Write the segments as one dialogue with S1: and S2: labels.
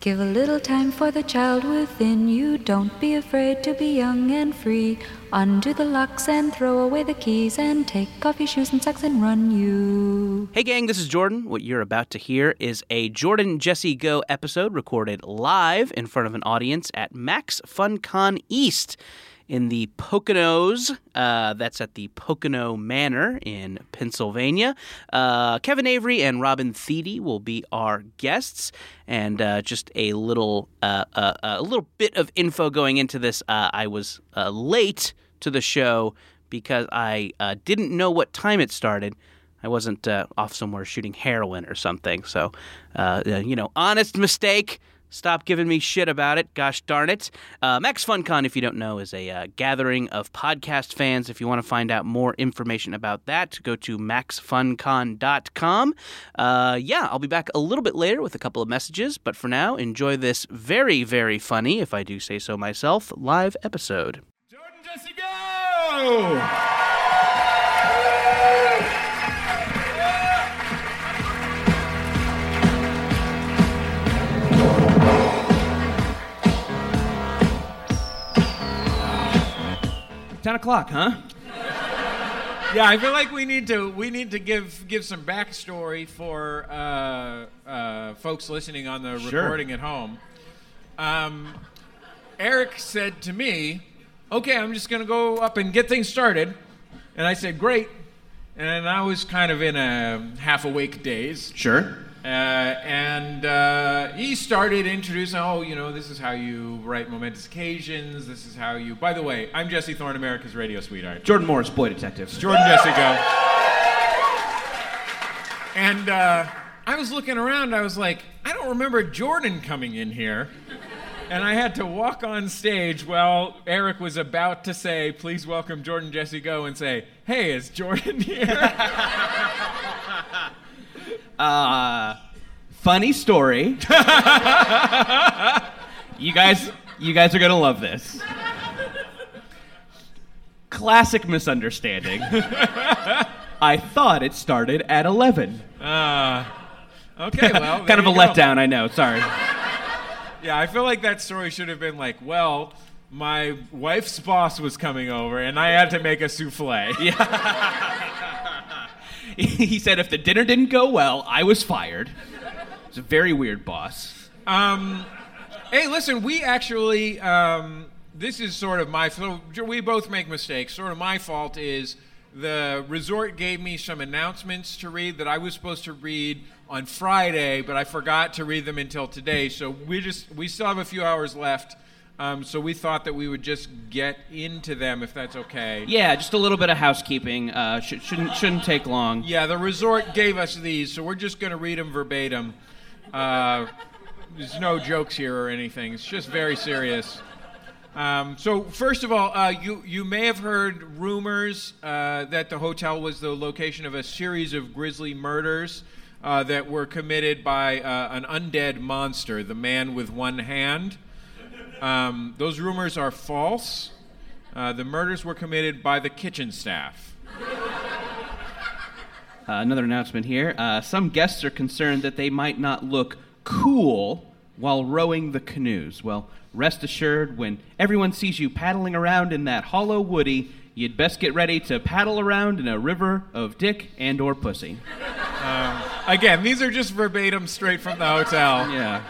S1: Give a little time for the child within you. Don't be afraid to be young and free. Undo the locks and throw away the keys and take off your shoes and socks and run you.
S2: Hey, gang, this is Jordan. What you're about to hear is a Jordan Jesse Go episode recorded live in front of an audience at Max FunCon East in the Poconos. Uh, that's at the Pocono Manor in Pennsylvania. Uh, Kevin Avery and Robin Thede will be our guests. And uh, just a little uh, uh, a little bit of info going into this. Uh, I was uh, late to the show because I uh, didn't know what time it started. I wasn't uh, off somewhere shooting heroin or something. So, uh, uh, you know, honest mistake. Stop giving me shit about it. Gosh darn it. Uh, Max FunCon, if you don't know, is a uh, gathering of podcast fans. If you want to find out more information about that, go to maxfuncon.com. Uh, yeah, I'll be back a little bit later with a couple of messages. But for now, enjoy this very, very funny, if I do say so myself, live episode.
S3: Jordan Jesse Go! Ten o'clock, huh? yeah, I feel like we need to we need to give give some backstory for uh, uh, folks listening on the
S4: Sure.
S3: recording at home. Um, Eric said to me, "Okay, I'm just gonna go up and get things started," and I said, "Great." And I was kind of in a half awake daze.
S4: Sure.
S3: Uh, and uh, he started introducing, oh, you know, this is how you write momentous occasions. This is how you. By the way, I'm Jesse Thorne, America's radio sweetheart.
S4: Jordan Morris, Boy Detective.
S3: Jordan Jesse Go. And uh, I was looking around. I was like, I don't remember Jordan coming in here. And I had to walk on stage while Eric was about to say, please welcome Jordan Jesse Go, and say, hey, is Jordan here?
S4: Funny story. you guys, you guys are gonna love this. Classic misunderstanding. I thought it started at 11.
S3: Okay, well.
S4: kind of a
S3: there you go.
S4: letdown, I know. Sorry.
S3: Yeah, I feel like that story should have been like, well, my wife's boss was coming over and I had to make a souffle. Yeah.
S4: he said if the dinner didn't go well, I was fired. It's a very weird boss.
S3: Um, hey, listen, we actually, um, this is sort of my, so we both make mistakes. Sort of my fault is the resort gave me some announcements to read that I was supposed to read on Friday, but I forgot to read them until today. So we just, we still have a few hours left. Um, so we thought that we would just get into them if that's okay.
S4: Yeah, just a little bit of housekeeping. Uh, sh- shouldn't shouldn't take long.
S3: Yeah, the resort gave us these, so we're just going to read them verbatim. Uh, there's no jokes here or anything. It's just very serious. Um, so first of all, uh, you you may have heard rumors uh, that the hotel was the location of a series of grisly murders uh, that were committed by uh, an undead monster, the man with one hand. Um, those rumors are false. Uh, the murders were committed by the kitchen staff.
S4: Uh, another announcement here. Uh, some guests are concerned that they might not look cool while rowing the canoes. Well, rest assured, when everyone sees you paddling around in that hollow woody, you'd best get ready to paddle around in a river of dick and or pussy.
S3: Again, these are just verbatim straight from the hotel.
S4: Yeah.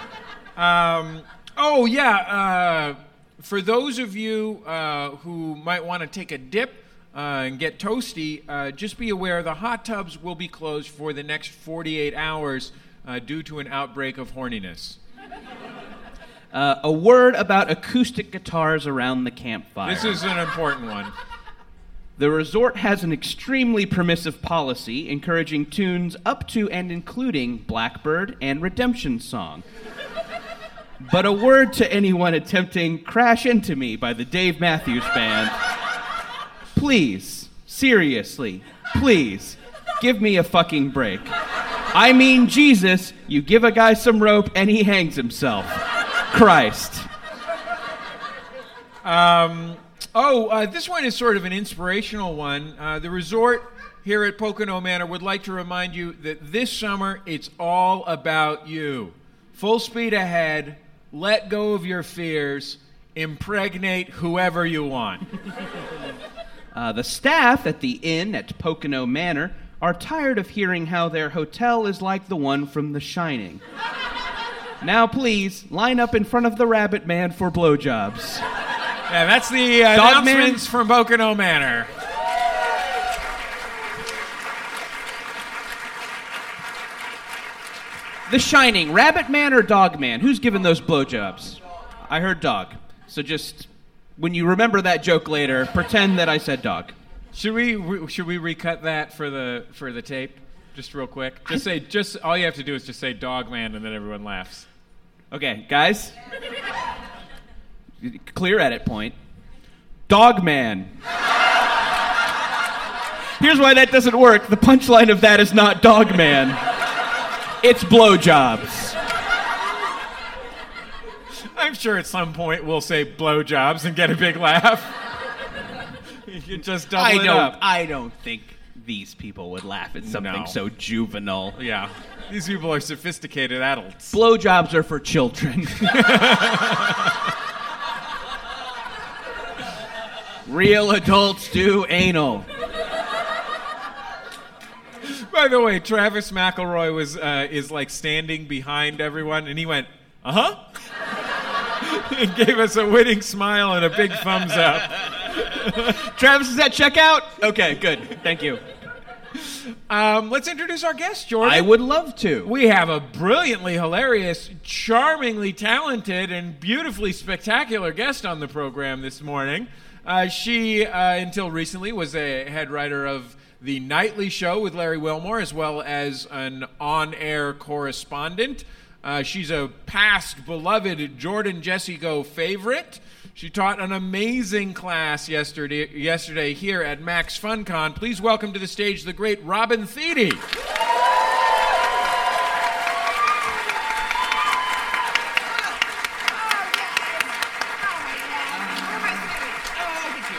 S3: Um, oh, yeah. Uh, for those of you uh, who might want to take a dip uh, and get toasty, uh, just be aware the hot tubs will be closed for the next 48 hours uh, due to an outbreak of horniness.
S4: Uh, a word about acoustic guitars around the campfire.
S3: This is an important one.
S4: The resort has an extremely permissive policy encouraging tunes up to and including Blackbird and Redemption Song. but a word to anyone attempting Crash Into Me by the Dave Matthews Band. Please, seriously, please, give me a fucking break. I mean, Jesus, you give a guy some rope and he hangs himself. Christ.
S3: Um, oh, uh, this one is sort of an inspirational one. Uh, the resort here at Pocono Manor would like to remind you that this summer it's all about you. full speed ahead, let go of your fears, impregnate whoever you want.
S4: Uh, the staff at the inn at Pocono Manor are tired of hearing how their hotel is like the one from The Shining. now, please, line up in front of the Rabbit Man for blowjobs.
S3: Yeah, that's the uh,
S4: Dog man?
S3: announcements from Pocono Manor.
S4: The Shining, Rabbit Man or Dog Man? Who's giving those blowjobs? I heard dog. So just, when you remember that joke later, pretend that I said dog.
S3: Should we re- should we recut that for the for the tape? Just real quick. Just say just all you have to do is just say Dogland and then everyone laughs.
S4: Okay, guys. Clear edit point. Dog man. Here's why that doesn't work. The punchline of that is not dog man. It's blowjobs.
S3: I'm sure at some point we'll say blowjobs and get a big laugh. you can just double
S4: I
S3: it
S4: don't
S3: up.
S4: I don't think these people would laugh at something
S3: No.
S4: so juvenile.
S3: Yeah, these people are sophisticated adults.
S4: Blowjobs are for children. Real adults do anal.
S3: By the way, Travis McElroy was uh, is like standing behind everyone, and he went, "Uh huh," and gave us a winning smile and a big thumbs up.
S4: Travis is at checkout? Okay, good. Thank you.
S3: Um, let's introduce our guest, Jordan.
S4: I would love to.
S3: We have a brilliantly hilarious, charmingly talented, and beautifully spectacular guest on the program this morning. Uh, she, uh, until recently, was a head writer of The Nightly Show with Larry Wilmore, as well as an on air correspondent. Uh, she's a past beloved Jordan Jesse Go favorite. She taught an amazing class yesterday, yesterday here at Max FunCon. Please welcome to the stage the great Robin Thede.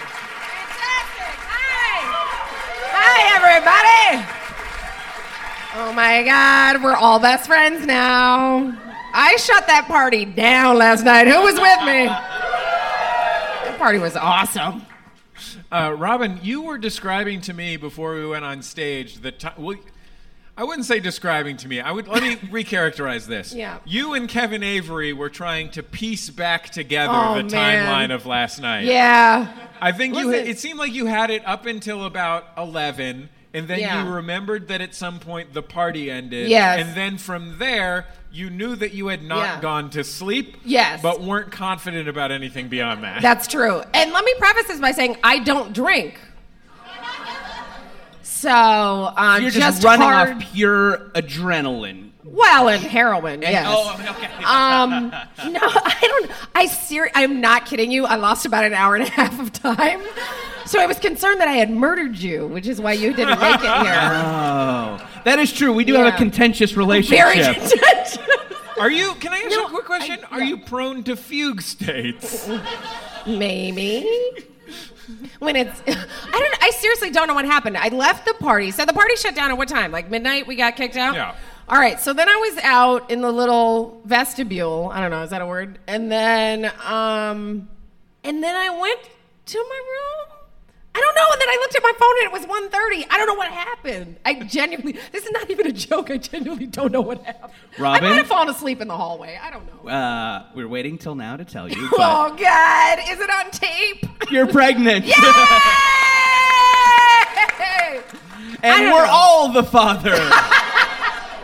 S5: Fantastic! Hi! Hi, everybody! Oh my God, we're all best friends now. I shut that party down last night. Who was with me? That party was awesome.
S3: Uh, Robin, you were describing to me before we went on stage the time. Well, I wouldn't say describing to me. I would let me recharacterize this.
S5: Yeah.
S3: You and Kevin Avery were trying to piece back together
S5: Oh,
S3: the
S5: man.
S3: timeline of last night.
S5: Yeah.
S3: I think you. Had,
S5: Listen.
S3: it seemed like you had it up until about eleven, and then
S5: Yeah.
S3: you remembered that at some point the party ended.
S5: Yes.
S3: And then from there, you knew that you had not
S5: Yeah.
S3: gone to sleep.
S5: Yes.
S3: But weren't confident about anything beyond that.
S5: That's true. And let me preface this by saying I don't drink. So um,
S4: You're just, running off pure adrenaline.
S5: Well, and heroin. yes.
S4: Oh, okay.
S5: Um, no, I don't. I ser- I'm not kidding you. I lost about an hour and a half of time, so I was concerned that I had murdered you, which is why you didn't make it here.
S4: Oh, that is true. We do have a
S5: Yeah.
S4: contentious
S5: Very
S4: relationship.
S5: contentious.
S3: Are you? Can I ask you
S5: No,
S3: a quick
S5: I-
S3: question? Are
S5: yeah.
S3: you prone to fugue states?
S5: Maybe. When it's, I don't. I seriously don't know what happened. I left the party. So the party shut down at what time? Like midnight. We got kicked out.
S3: Yeah.
S5: All right. So then I was out in the little vestibule. I don't know. Is that a word? And then, um, and then I went to my room. I don't know. And then I looked at my phone and it was 1.30. I don't know what happened. I genuinely. This is not even a joke. I genuinely don't know what happened. I
S4: Robin?
S5: might have fallen asleep in the hallway. I don't know.
S4: Uh, we're waiting till now to tell you, but
S5: Oh God! Is it on tape?
S4: you're pregnant,
S5: Yay!
S4: and
S5: don't
S4: we're
S5: know.
S4: all the father.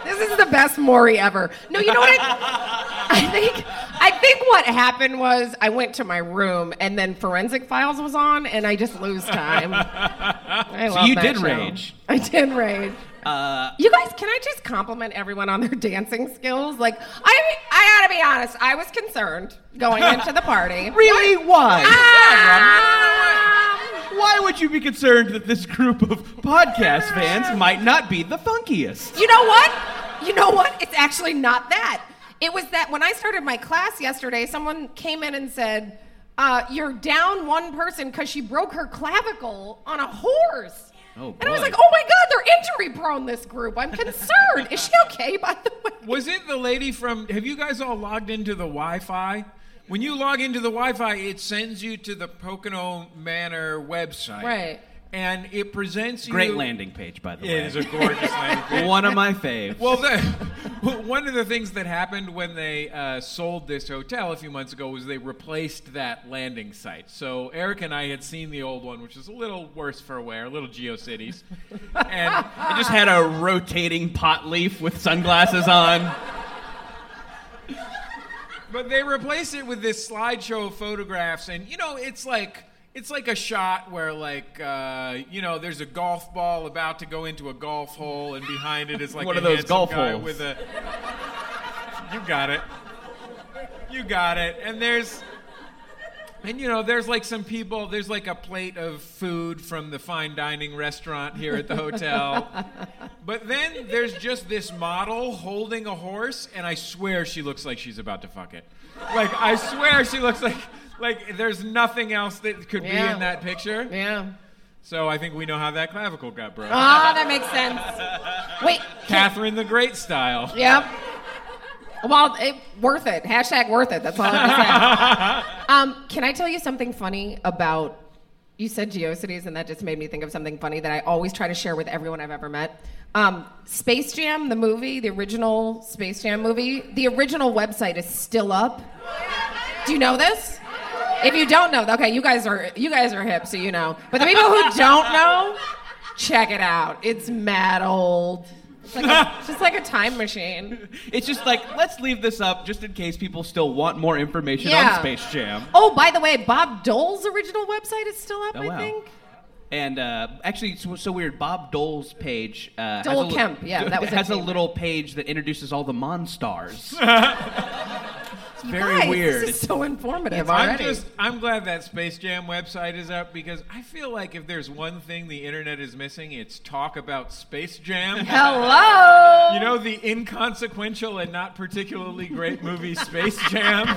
S5: This is the best Maury ever. No, you know what? I, I think I think what happened was I went to my room and then Forensic Files was on and I just lose time. I love
S4: you
S5: that
S4: did
S5: show.
S4: rage.
S5: I did rage.
S4: Uh,
S5: You guys, can I just compliment everyone on their dancing skills? Like, I I gotta be honest, I was concerned going into the party.
S4: really? Why?
S5: Um,
S4: Why would you be concerned that this group of podcast fans might not be the funkiest?
S5: You know what? You know what? It's actually not that. It was that when I started my class yesterday, someone came in and said, uh, "You're down one person because she broke her clavicle on a horse."
S4: Oh,
S5: and I was
S4: boy.
S5: like, oh my God, they're injury prone, this group. I'm concerned. Is she okay, by the way?
S3: Was it the lady from? Have you guys all logged into the Wi-Fi? When you log into the Wi-Fi, it sends you to the Pocono Manor website,
S5: Right.
S3: And it presents you.
S4: Great landing page, by the
S3: It is a
S4: way.
S3: gorgeous landing. page.
S4: One of my faves.
S3: Well, the, one of the things that happened when they uh, sold this hotel a few months ago was they replaced that landing site. So Eric and I had seen the old one, which was a little worse for wear, a little GeoCities, and
S4: I just had a rotating pot leaf with sunglasses on.
S3: But they replace it with this slideshow of photographs, and you know, it's like it's like a shot where like uh, you know, there's a golf ball about to go into a golf hole, and behind it is like
S4: One
S3: a
S4: of those
S3: handsome
S4: golf
S3: guy
S4: holes.
S3: with a. You got it. You got it. And there's. And you know, there's like some people. There's like a plate of food from the fine dining restaurant here at the hotel. But then there's just this model holding a horse, and I swear she looks like she's about to fuck it. Like I swear she looks like like there's nothing else that could be
S5: Yeah.
S3: in that picture.
S5: Yeah.
S3: So I think we know how that clavicle got broke.
S5: Ah, that makes sense. Wait.
S3: Catherine the Great style.
S5: Yep. Well, it, worth it. Hashtag worth it. That's all I'm saying. um, can I tell you something funny about? You said GeoCities, and that just made me think of something funny that I always try to share with everyone I've ever met. Um, Space Jam, the movie, the original Space Jam movie, the original website is still up. Do you know this? If you don't know, okay, you guys are you guys are hip, so you know. But the people who don't know, check it out. It's mad old. It's like a- just like a time machine.
S4: It's just like, let's leave this up just in case people still want more information
S5: Yeah.
S4: on Space Jam.
S5: Oh, by the way, Bob Dole's original website is still up,
S4: Oh,
S5: I
S4: wow.
S5: think.
S4: And uh, actually, it's so weird. Bob Dole's page. Uh,
S5: Dole
S4: has a li-
S5: Kemp, yeah, that was
S4: has
S5: his
S4: a
S5: name.
S4: little page that introduces all the Monstars. it's very
S5: Guys,
S4: weird.
S5: This is so informative
S3: I'm
S5: already.
S3: just I'm glad that Space Jam website is up because I feel like if there's one thing the internet is missing, it's talk about Space Jam.
S5: Hello.
S3: You know the inconsequential and not particularly great movie Space Jam.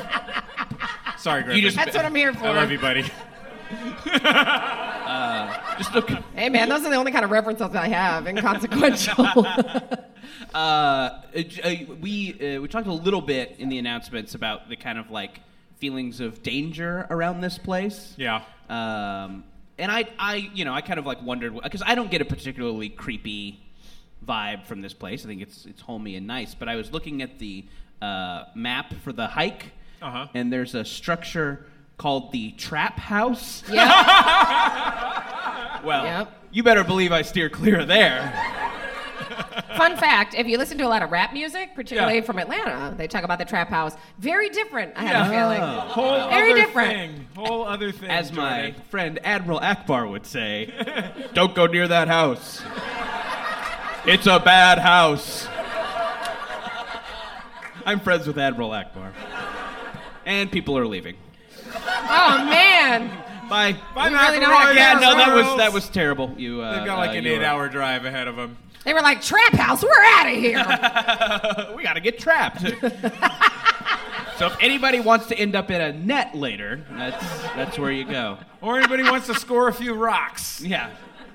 S3: Sorry, Griffin.
S4: just-
S5: That's what I'm here for.
S3: I love you, buddy.
S4: Just look.
S5: Hey, man, those are the only kind of references I have. Inconsequential.
S4: Uh, j- uh, we uh, we talked a little bit in the announcements about the kind of like feelings of danger around this place.
S3: Yeah.
S4: Um, and I I you know I kind of like wondered because I don't get a particularly creepy vibe from this place. I think it's it's homey and nice. But I was looking at the uh, map for the hike,
S3: Uh-huh.
S4: and there's a structure called the Trap House.
S5: yeah.
S4: Well,
S5: Yep.
S4: you better believe I steer clear of there.
S5: Fun fact if you listen to a lot of rap music, particularly
S3: Yeah.
S5: from Atlanta, they talk about the trap house. Very different, I have a feeling.
S3: Whole
S5: Very
S3: other
S5: different.
S3: thing. Whole other thing.
S4: As my
S3: Jordan.
S4: friend Admiral Akbar would say, don't go near that house. It's a bad house. I'm friends with Admiral Akbar. And people are leaving.
S5: Oh, man.
S4: Bye.
S3: Bye,
S5: We really don't
S3: McElroy.
S5: have
S4: Yeah,
S5: cameras.
S4: no, that was that was terrible. You uh,
S3: They've got like
S4: uh,
S3: an
S4: you were-
S3: eight-hour drive ahead of them.
S5: They were like, trap house, we're out of here.
S4: We gotta get trapped. so if anybody wants to end up in a net later, that's that's where you go.
S3: Or anybody wants to score a few rocks.
S4: Yeah.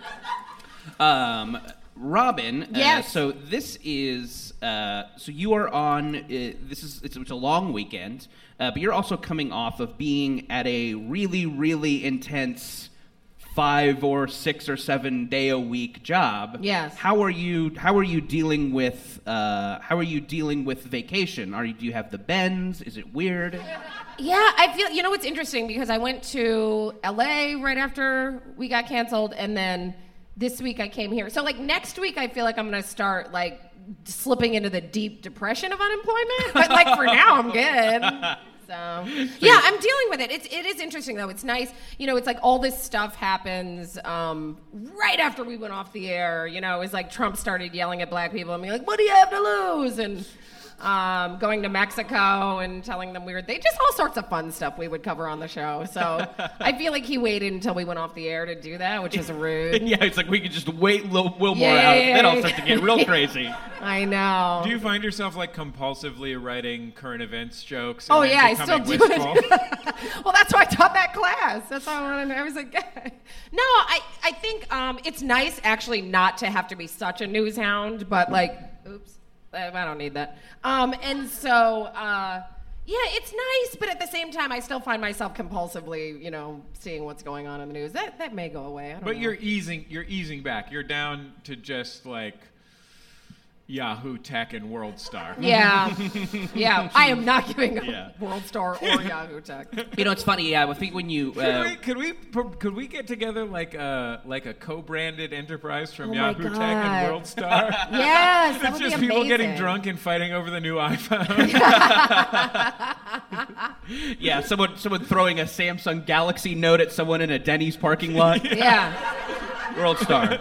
S4: Um, Robin. uh,
S5: Yes.
S4: so this is. Uh, so you are on. Uh, this is. It's, it's a long weekend, uh, but you're also coming off of being at a really, really intense five or six or seven day a week job.
S5: Yes.
S4: How are you? How are you dealing with? Uh, how are you dealing with vacation? Are you? Do you have the bends? Is it weird?
S5: Yeah, I feel you know what's interesting because I went to LA right after we got canceled and then this week I came here. So like next week I feel like I'm going to start like slipping into the deep depression of unemployment, but like for now I'm good. So yeah, I'm dealing with it. It's it is interesting though. It's nice, you know. It's like all this stuff happens um, right after we went off the air. You know, it's like Trump started yelling at black people and being like, "What do you have to lose?" and um, going to Mexico and telling them we were they just all sorts of fun stuff we would cover on the show. So I feel like he waited until we went off the air to do that, which is rude.
S4: yeah, it's like we could just wait Lo- Wilmore
S5: Yeah, yeah,
S4: out.
S5: yeah,
S4: then
S5: yeah.
S4: I'll start to get real crazy.
S5: I know.
S3: Do you find yourself like compulsively writing current events jokes? and
S5: Oh
S3: then
S5: yeah, I still
S3: becoming
S5: do it.
S3: wistful?
S5: well, that's why I taught that class. That's why I wanted. I was like, no, I I think um, it's nice actually not to have to be such a news hound, but like, oops, I I don't need that. Um, and so uh, yeah, it's nice, but at the same time, I still find myself compulsively, you know, seeing what's going on in the news. That that may go away. I don't
S3: But
S5: know.
S3: you're easing you're easing back. You're down to just like Yahoo Tech and World Star.
S5: yeah, yeah. I am not giving up
S4: Yeah.
S5: World Star or Yahoo Tech.
S4: You know, it's funny. Yeah, I think when you uh,
S3: Could
S2: Um,
S3: we, could we pro- could we get together like a like a co-branded enterprise from
S5: Oh my
S3: Yahoo Tech and
S5: God.
S3: World Star?
S5: Yes, that
S3: It's
S5: would
S3: just
S5: be amazing.
S3: people getting drunk and fighting over the new iPhone.
S4: yeah, someone someone throwing a Samsung Galaxy Note at someone in a Denny's parking lot.
S5: Yeah.
S4: World star.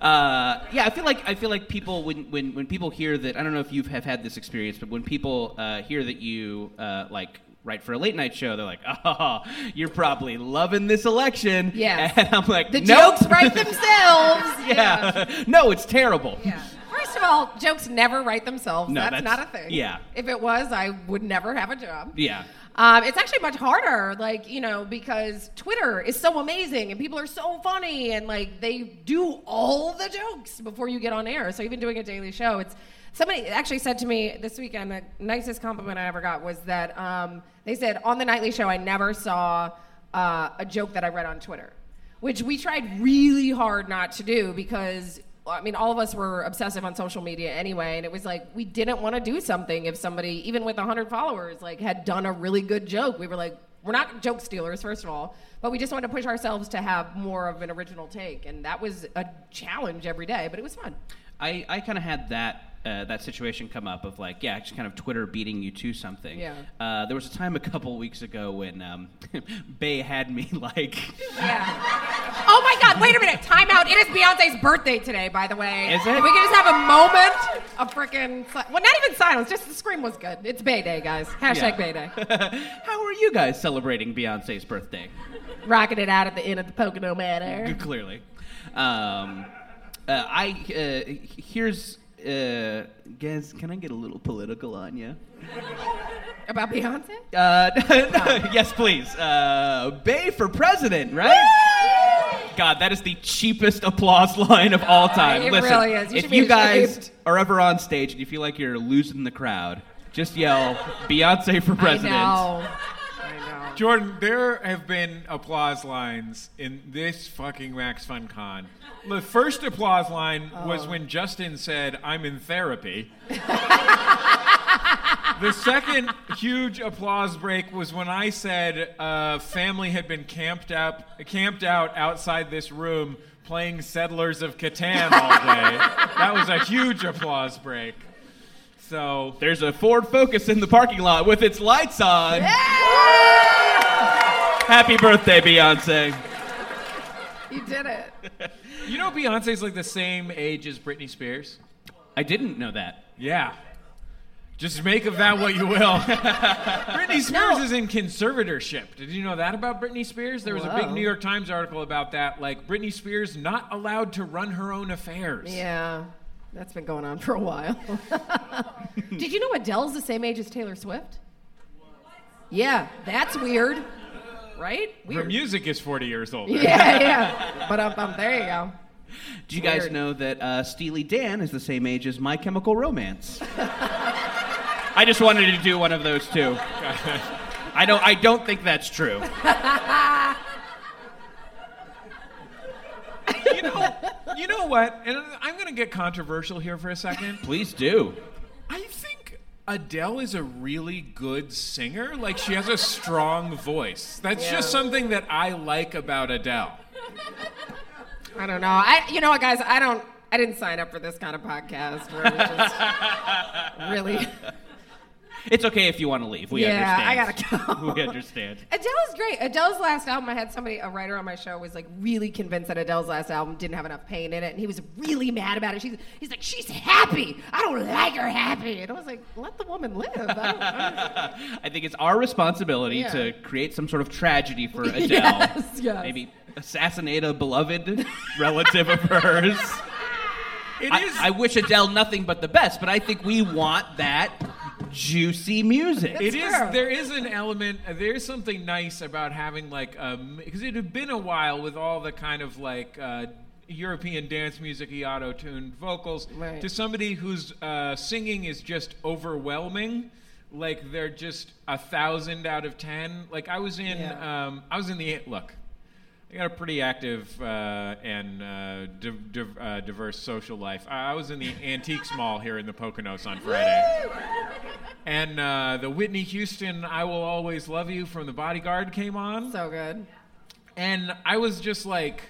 S4: Uh, yeah, I feel like I feel like people when, when when people hear that I don't know if you have had this experience, but when people uh, hear that you uh, like write for a late night show, they're like, "Oh, you're probably loving this election."
S5: Yes.
S4: and I'm like,
S5: The
S4: "Nope."
S5: jokes write themselves.
S4: yeah, no, it's terrible.
S5: Yeah. First of all, jokes never write themselves.
S4: No,
S5: that's,
S4: that's-
S5: not a thing.
S4: yeah.
S5: If it was, I would never have a job.
S4: Yeah.
S5: Um, it's actually much harder, like, you know, because Twitter is so amazing and people are so funny and, like, they do all the jokes before you get on air. So, even doing a daily show, it's somebody actually said to me this weekend the nicest compliment I ever got was that um, they said, on the nightly show, I never saw uh, a joke that I read on Twitter, which we tried really hard not to do because I mean, all of us were obsessive on social media anyway, and it was like we didn't want to do something if somebody, even with 100 followers, like had done a really good joke. We were like, we're not joke stealers, first of all, but we just wanted to push ourselves to have more of an original take, and that was a challenge every day, but it was fun.
S4: I, I kind of had that uh, that situation come up of like yeah just kind of Twitter beating you to something.
S5: Yeah.
S4: Uh, there was a time a couple weeks ago when um, Bay had me like.
S5: Yeah. oh my God! Wait a minute. Time out. It is Beyonce's birthday today, by the way.
S4: Is it?
S5: We can just have a moment of freaking si- well, not even silence. Just the scream was good. It's Bay Day, guys. Hashtag
S4: Yeah.
S5: Bay Day.
S4: How are you guys celebrating Beyonce's birthday?
S5: Rocking it out at the end of the Pocono Manor.
S4: Clearly. Um, uh, I uh, h- here's uh, guys. Can I get a little political on you?
S5: About Beyonce?
S4: Uh, yes, please. Uh, Bay for president, right? God, that is the cheapest applause line of all time.
S5: Oh, It
S4: Listen,
S5: really is. You should
S4: if
S5: be
S4: you guys
S5: ashamed.
S4: are ever on stage and you feel like you're losing the crowd, just yell Beyonce for president.
S5: I know. I know.
S3: Jordan, there have been applause lines in this fucking Max Fun Con. The first applause line was when Justin said, I'm in therapy. the second huge applause break was when I said, uh, family had been camped, up, camped out outside this room playing Settlers of Catan all day. that was a huge applause break. So.
S4: There's a Ford Focus in the parking lot with its lights on. Happy birthday, Beyonce.
S5: You did it.
S3: You know Beyonce's like the same age as Britney Spears?
S4: I didn't know that.
S3: Yeah. Just make of that what you will. Britney Spears is in conservatorship. Did you know that about Britney Spears? There was a big
S5: Whoa.
S3: New York Times article about that. Like, Britney Spears not allowed to run her own affairs.
S5: Yeah. That's been going on for a while. did you know Adele's the same age as Taylor Swift? Yeah, that's weird. Right?
S3: Her
S5: Weird.
S3: music is 40 years old.
S5: Yeah, yeah. But um, um, there you go.
S4: Do you guys
S5: Weird.
S4: know that uh, Steely Dan is the same age as My Chemical Romance? I just wanted to do one of those too. I don't. I don't think that's true.
S3: You know, you know what? And I'm going to get controversial here for a second.
S4: Please do.
S3: I think Adele is a really good singer. Like she has a strong voice. That's just something that I like about Adele.
S5: I don't know. I, you know what, guys? I don't. I didn't sign up for this kind of podcast where we just really
S4: It's okay if you want to leave. We
S5: Yeah, I
S4: understand.
S5: gotta go.
S4: we understand.
S5: Adele's great. Adele's last album, I had somebody, a writer on my show, was like really convinced that Adele's last album didn't have enough pain in it, and he was really mad about it. She's, he's like, she's happy. I don't like her happy, and I was like, let the woman live. I don't, I don't-
S4: I think it's our responsibility
S5: Yeah.
S4: to create some sort of tragedy for Adele.
S5: Yes, yes.
S4: Maybe assassinate a beloved relative of hers.
S3: It
S4: I,
S3: is.
S4: I wish Adele nothing but the best, but I think we want that juicy music.
S3: it is.
S5: fair.
S3: There is an element. uh, There's something nice about having like um because it had been a while with all the kind of like uh, European dance music y auto tuned vocals
S5: Right.
S3: to somebody whose uh, singing is just overwhelming. Like they're just a thousand out of ten. Like I was in.
S5: Yeah.
S3: Um, I was in the look. I got a pretty active uh, and uh, div- div- uh, diverse social life. I-, I was in the Antiques Mall here in the Poconos on Friday. And uh, the Whitney Houston I Will Always Love You from The Bodyguard came on.
S5: so good.
S3: And I was just like,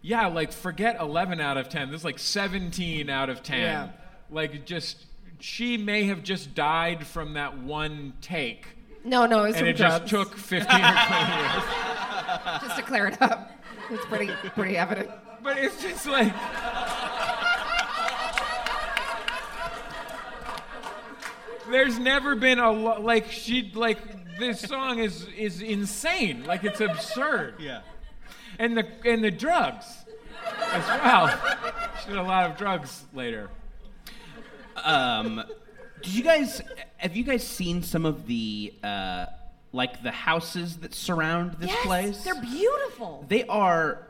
S3: yeah, like forget 11 out of 10. This is like 17 out of 10.
S5: Yeah.
S3: Like just, she may have just died from that one take.
S5: No, no, it was
S3: And
S5: from
S3: it just
S5: drugs.
S3: took 15 or 20 years.
S5: just to clear it up. It's pretty, pretty evident.
S3: But it's just like. There's never been a lo- like she like this song is is insane like it's absurd
S4: Yeah.
S3: and the and the drugs as well she did a lot of drugs later
S4: Um, did you guys have you guys seen some of the uh, like the houses that surround this place?
S5: they're beautiful.
S4: They are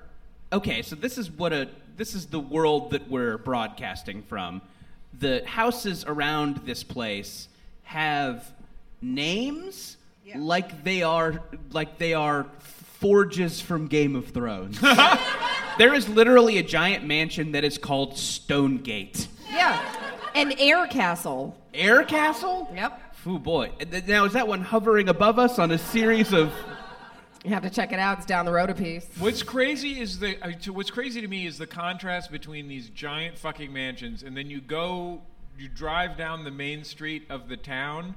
S4: okay. So this is what a this is the world that we're broadcasting from. The houses around this place have names like they are like they are forges from Game of Thrones. there is literally a giant mansion that is called Stonegate.
S5: Yeah, an air castle.
S4: Air Castle?
S5: Yep,
S4: Oh boy. And th- Now is that one hovering above us on a series of
S5: you have to check it out. It's down the road a piece.
S3: What's crazy is the uh, to, what's crazy to me is the contrast between these giant fucking mansions, and then you go, you drive down the main street of the town,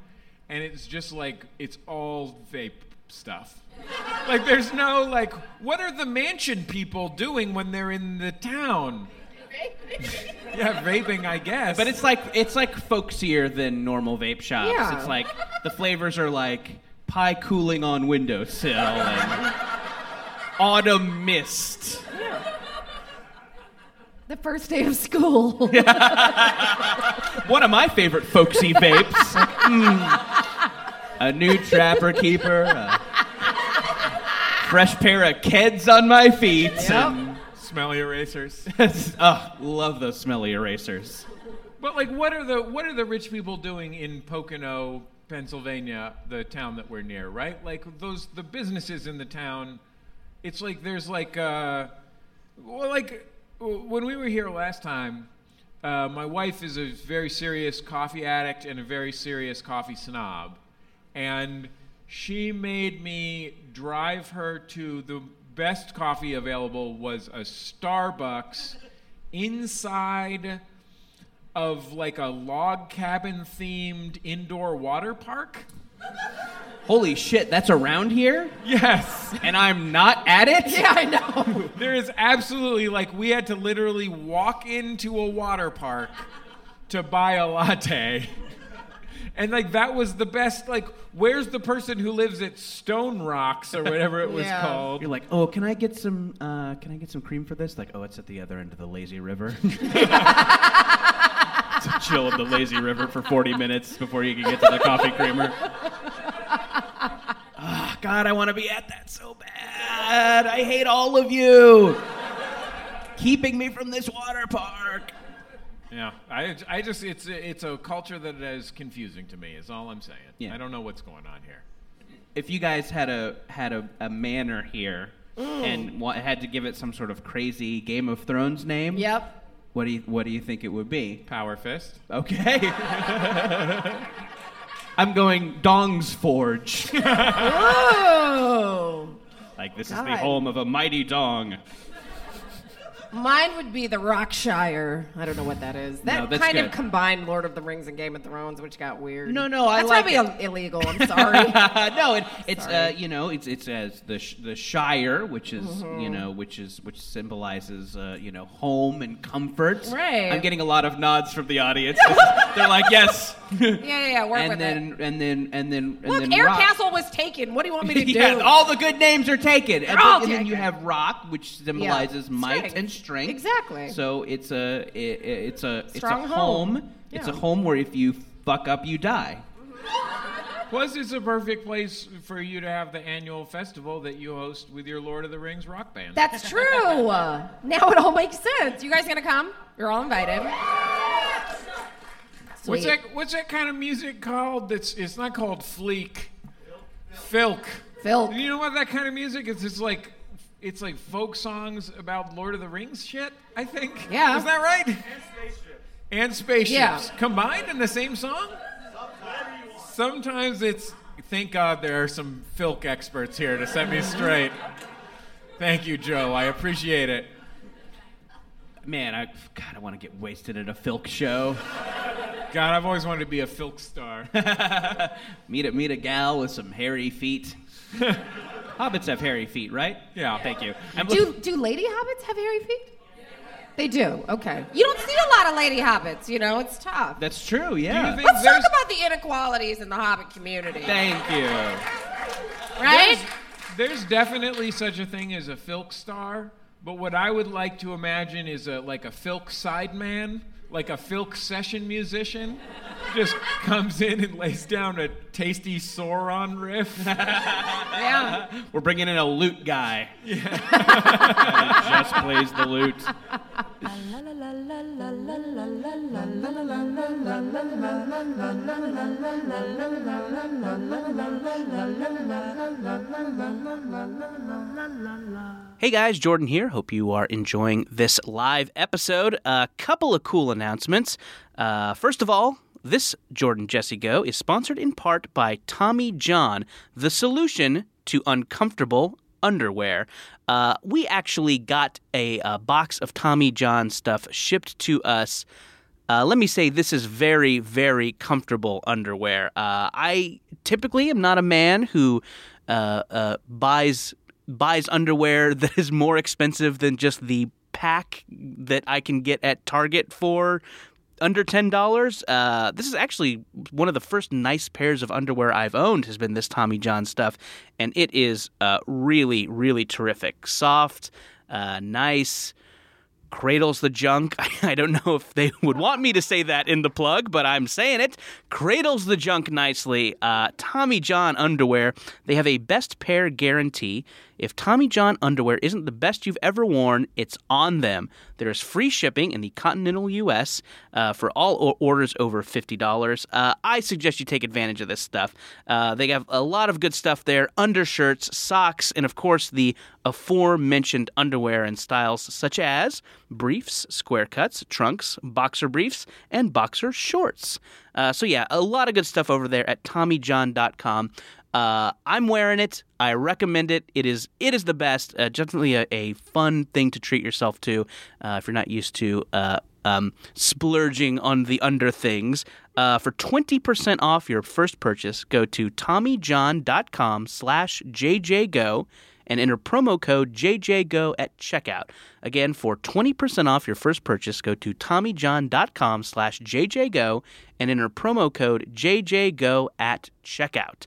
S3: and it's just like it's all vape stuff. like there's no like, what are the mansion people doing when they're in the town? yeah, vaping, I guess.
S4: But it's like it's like folksier than normal vape shops.
S5: Yeah.
S4: It's like the flavors are like pie cooling on windowsill and autumn mist.
S5: The first day of school.
S4: One of my favorite folksy vapes. Mm. A new trapper keeper. A fresh pair of Keds on my feet. and-
S3: smelly erasers.
S4: oh, love those smelly erasers.
S3: But like, what are the what are the rich people doing in Pocono, Pennsylvania, the town that we're near, right? Like those the businesses in the town. It's like there's like uh, well, like w- when we were here last time, uh, my wife is a very serious coffee addict and a very serious coffee snob, and she made me drive her to the best coffee available was a Starbucks inside of like a log cabin themed indoor water park?
S4: Holy shit, that's around here?
S3: Yes.
S4: And I'm not at it?
S5: yeah, I know.
S3: There is absolutely like we had to literally walk into a water park to buy a latte. And like that was the best like where's the person who lives at Stone Rocks or whatever it was
S5: Yeah.
S3: called?
S4: You're like, oh, can I get some? Uh, can I get some cream for this? Like, oh, it's at the other end of the lazy river. So chill at the lazy river for 40 minutes before you can get to the coffee creamer. Ah, God, I want to be at that so bad. I hate all of you. Keeping me from this water park.
S3: Yeah. I I just it's it's a culture that is confusing to me is all I'm saying.
S4: Yeah.
S3: I don't know what's going on here.
S4: if you guys had a had a, a manor here and wa- had to give it some sort of crazy Game of Thrones name,
S5: Yep.
S4: What do you what do you think it would be?
S3: Power fist.
S4: Okay. I'm going Dong's Forge.
S5: Oh.
S4: like this is
S5: God.
S4: the home of a mighty Dong.
S5: Mine would be the Rockshire. I don't know what that is. That
S1: No, that's
S5: kind of
S1: good.
S5: combined Lord of the Rings and Game of Thrones, which got weird.
S1: No, no, I
S5: that's
S1: like
S5: probably
S1: it.
S5: Ill- illegal. I'm sorry.
S1: no, it, it's uh, you know it's it's as the sh- the Shire, which is
S5: Mm-hmm.
S1: you know which is which symbolizes uh, you know home and comfort.
S5: Right.
S1: I'm getting a lot of nods from the audience. This is- They're like yes.
S5: yeah, yeah, yeah. Work with
S1: and, then,
S5: it.
S1: and then and then and
S5: Look,
S1: then
S5: Air
S1: rock. Oh.
S5: Castle was taken. What do you want me to
S1: yeah,
S5: do?
S1: all the good names are taken. And,
S5: all
S1: then- and then you
S5: taken.
S1: have rock, which symbolizes
S5: Strength.
S1: might and strength.
S5: Exactly.
S1: So it's a i- i it's a it's
S5: Strong
S1: a home.
S5: home.
S1: It's
S5: Yeah.
S1: a home where if you fuck up, you die.
S3: Plus, it's a perfect place for you to have the annual festival that you host with your Lord of the Rings rock band.
S5: That's true. now it all makes sense. You guys gonna come? You're all invited.
S3: what's
S5: Sweet.
S3: that? What's that kind of music called? That's it's not called fleek, filk.
S5: Phil.
S3: You know what that kind of music is? It's like it's like folk songs about Lord of the Rings shit. I think.
S5: Yeah.
S3: Is that right? And spaceships. And spaceships
S5: Yeah.
S3: combined in the same song. Sometimes it's. Thank God there are some filk experts here to set me straight. Thank you, Joe. I appreciate it.
S1: Man, I God, I want to get wasted at a Filk show.
S3: God, I've always wanted to be a filk star.
S1: meet a meet a gal with some hairy feet. Hobbits have hairy feet, right?
S3: Yeah.
S1: Thank you. I'm
S5: Do do lady hobbits have hairy feet? They do. Okay. You don't see a lot of lady hobbits. You know, it's tough.
S1: That's true. Yeah.
S3: think-
S5: Let's talk
S3: There's-
S5: about the inequalities in the hobbit community,
S1: Thank you.
S5: right?
S3: There's definitely such a thing as a filk star, but what I would like to imagine is a like a filk sideman, like a filk session musician, just comes in and lays down a tasty Sauron riff.
S5: Yeah.
S1: We're bringing in a lute guy. just plays the lute.
S4: Hey guys, Jordan here. Hope you are enjoying this live episode. A couple of cool announcements. Uh, first of all, this Jordan Jesse Go is sponsored in part by Tommy John, the solution to uncomfortable underwear. Uh, we actually got a, uh box of Tommy John stuff shipped to us. Uh, let me say this is very, very comfortable underwear. Uh, I typically am not a man who uh, uh, buys buys underwear that is more expensive than just the pack that I can get at Target for under ten dollars. Uh, this is actually one of the first nice pairs of underwear I've owned. Has been this Tommy John stuff, and it is uh, really, really terrific. Soft, uh, nice cradles the junk. I don't know if they would want me to say that in the plug, but I'm saying it. Cradles the junk nicely. Uh, Tommy John underwear. They have a best pair guarantee. If Tommy John underwear isn't the best you've ever worn, it's on them. There is free shipping in the continental U.S. Uh, for all o- orders over fifty dollars. Uh, I suggest you take advantage of this stuff. Uh, they have a lot of good stuff there: undershirts, socks, and of course the aforementioned underwear and styles such as briefs, square cuts, trunks, boxer briefs, and boxer shorts. Uh, so, yeah, a lot of good stuff over there at TommyJohn.com. Uh, I'm wearing it. I recommend it. It is it is the best. Uh, definitely a, a fun thing to treat yourself to uh, if you're not used to uh, um, splurging on the under things. Uh, for 20% off your first purchase, go to TommyJohn.com slash JJGo and enter promo code JJGO at checkout. Again, for 20% off your first purchase, go to TommyJohn.com slash JJGo and enter promo code JJGO at checkout.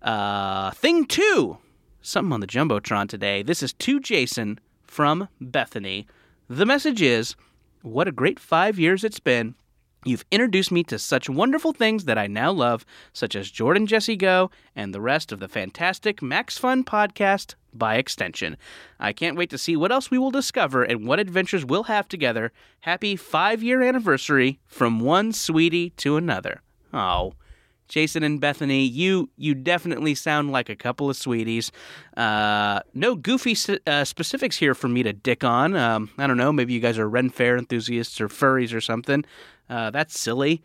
S4: Uh, thing two, something on the Jumbotron today. This is to Jason from Bethany. The message is, what a great five years it's been. You've introduced me to such wonderful things that I now love, such as Jordan Jesse Go and the rest of the fantastic Max Fun podcast by extension. I can't wait to see what else we will discover and what adventures we'll have together. Happy five year anniversary from one sweetie to another. Oh. Jason and Bethany, you you definitely sound like a couple of sweeties. Uh, no goofy s- uh, specifics here for me to dick on. Um, I don't know. Maybe you guys are Ren Fair enthusiasts or furries or something. Uh, that's silly,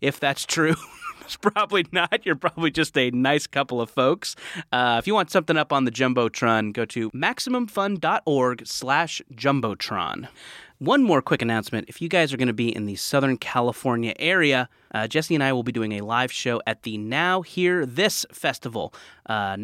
S4: if that's true. It's probably not. You're probably just a nice couple of folks. Uh, if you want something up on the Jumbotron, go to MaximumFun.org slash Jumbotron. One more quick announcement. If you guys are going to be in the Southern California area, uh, Jesse and I will be doing a live show at the Now Hear This Festival, uh,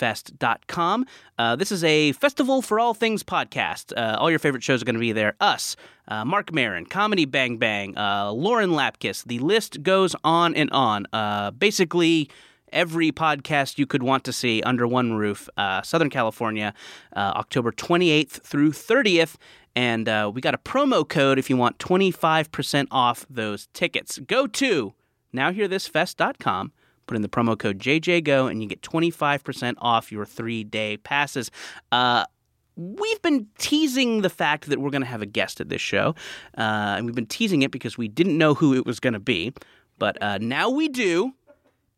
S4: nowhearthisfest.com. Uh, this is a festival for all things podcast. Uh, all your favorite shows are going to be there. Us, uh, Mark Marin, Comedy Bang Bang, uh, Lauren Lapkus. The list goes on and on. Uh, basically, every podcast you could want to see under one roof, uh, Southern California, uh, October 28th through 30th. And uh, we got a promo code if you want 25% off those tickets. Go to nowhearthisfest.com, put in the promo code JJGO, and you get 25% off your three day passes. Uh, We've been teasing the fact that we're going to have a guest at this show, uh, and we've been teasing it because we didn't know who it was going to be. But uh, now we do.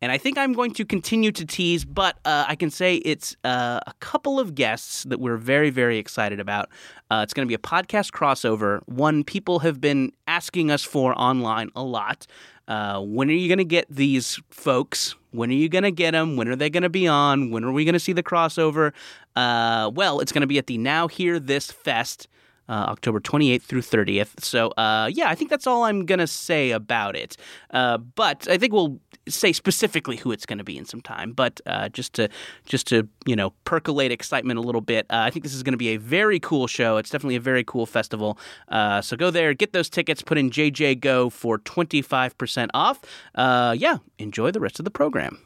S4: And I think I'm going to continue to tease, but uh, I can say it's uh, a couple of guests that we're very, very excited about. Uh, it's going to be a podcast crossover, one people have been asking us for online a lot. Uh, when are you going to get these folks? When are you going to get them? When are they going to be on? When are we going to see the crossover? Uh, well, it's going to be at the Now Hear This Fest uh, October 28th through 30th. So, uh, yeah, I think that's all I'm going to say about it. Uh, but I think we'll say specifically who it's going to be in some time. But uh, just to just to you know percolate excitement a little bit, uh, I think this is going to be a very cool show. It's definitely a very cool festival. Uh, so go there, get those tickets, put in JJ Go for 25% off. Uh, yeah, enjoy the rest of the program.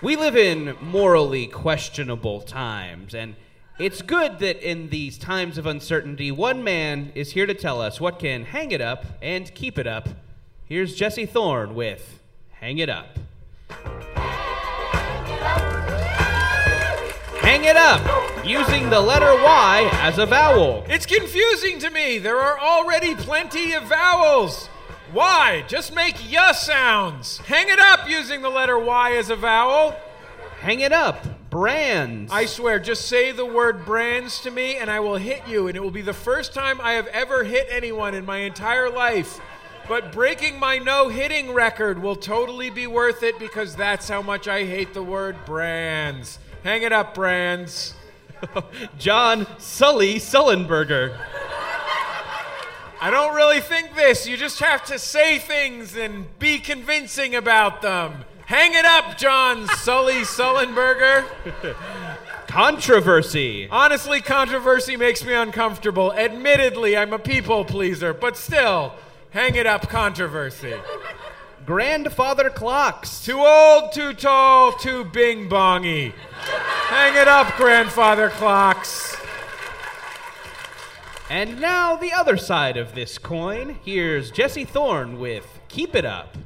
S1: We live in morally questionable times, and it's good that in these times of uncertainty, one man is here to tell us what can hang it up and keep it up. Here's Jesse Thorne with Hang It Up. Hang it up! Using the letter Y as a vowel.
S3: It's confusing to me. There are already plenty of vowels. Why? Just make y sounds. Hang it up using the letter Y as a vowel.
S1: Hang it up! Brands.
S3: I swear, just say the word brands to me and I will hit you, and it will be the first time I have ever hit anyone in my entire life. But breaking my no hitting record will totally be worth it because that's how much I hate the word brands. Hang it up, brands.
S1: John Sully Sullenberger.
S3: I don't really think this. You just have to say things and be convincing about them. Hang it up, John Sully Sullenberger.
S1: Controversy.
S3: Honestly, controversy makes me uncomfortable. Admittedly, I'm a people pleaser, but still, hang it up, controversy.
S1: Grandfather clocks.
S3: Too old, too tall, too bing bongy. Hang it up, grandfather clocks.
S1: And now the other side of this coin. Here's Jesse Thorne with Keep It Up.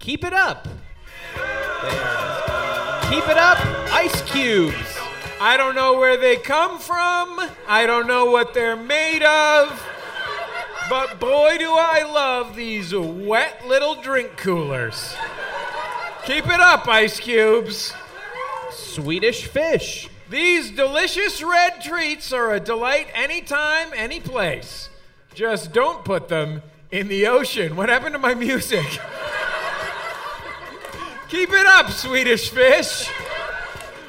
S1: Keep It Up. There. Keep It Up. Ice Cubes.
S3: I don't know where they come from, I don't know what they're made of, but boy, do I love these wet little drink coolers. Keep it up, Ice Cubes.
S1: Swedish Fish.
S3: These delicious red treats are a delight anytime, any place. Just don't put them in the ocean. What happened to my music? Keep it up, Swedish fish.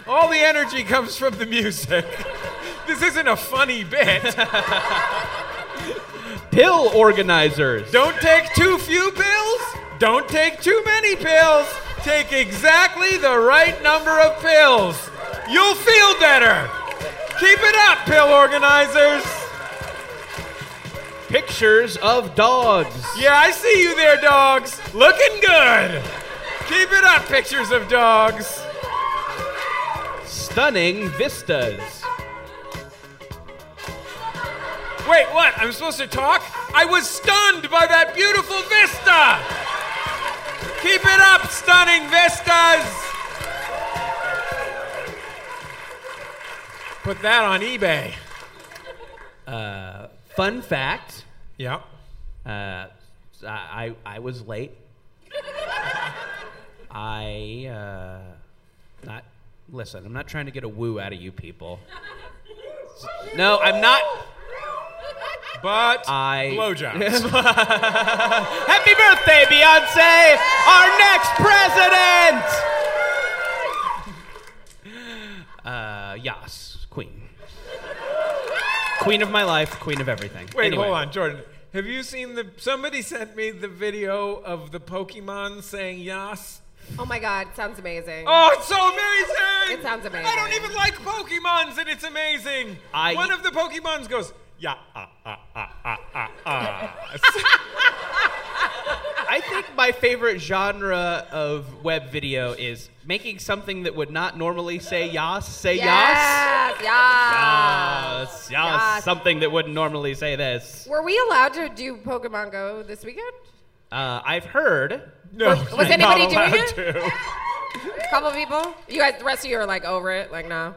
S3: All the energy comes from the music. This isn't a funny bit.
S1: Pill organizers.
S3: Don't take too few pills. Don't take too many pills. Take exactly the right number of pills. You'll feel better. Keep it up, pill organizers.
S1: Pictures of dogs.
S3: Yeah, I see you there, dogs. Looking good. Keep it up, pictures of dogs.
S1: Stunning vistas.
S3: Wait, what? I'm supposed to talk? I was stunned by that beautiful vista. Keep it up, stunning vistas. Put that on eBay.
S1: Fun fact
S3: Yeah.
S4: Uh, I, I was late. I uh, not listen. I'm not trying to get a woo out of you people. No, I'm not.
S3: But
S2: Uh,
S4: I
S3: blowjobs.
S4: Happy birthday, Beyonce! Our next president! Uh, Yas, queen. Queen of my life, queen of everything.
S3: Wait,
S4: Anyway.
S3: hold on, Jordan. Have you seen the? Somebody sent me the video of the Pokemon saying Yas.
S5: Oh my God, sounds amazing.
S3: Oh, it's so amazing!
S5: It sounds amazing.
S3: I don't even like Pokemons, and it's amazing.
S4: I-
S3: One of the Pokemons goes yeah ah ah ah ah ah ah.
S4: I think my favorite genre of web video is making something that would not normally say Yas say Yas.
S5: Yes,
S3: Ah.
S5: yes.
S4: Yas, Yas,
S5: Yas.
S4: something that wouldn't normally say this.
S5: Were we allowed to do Pokemon Go this weekend?
S4: Uh, I've heard
S3: no,
S5: was
S3: you're
S5: anybody
S3: not
S5: doing
S3: allowed
S5: it?
S3: to.
S5: A couple people? You guys, the rest of you are like over it, like no.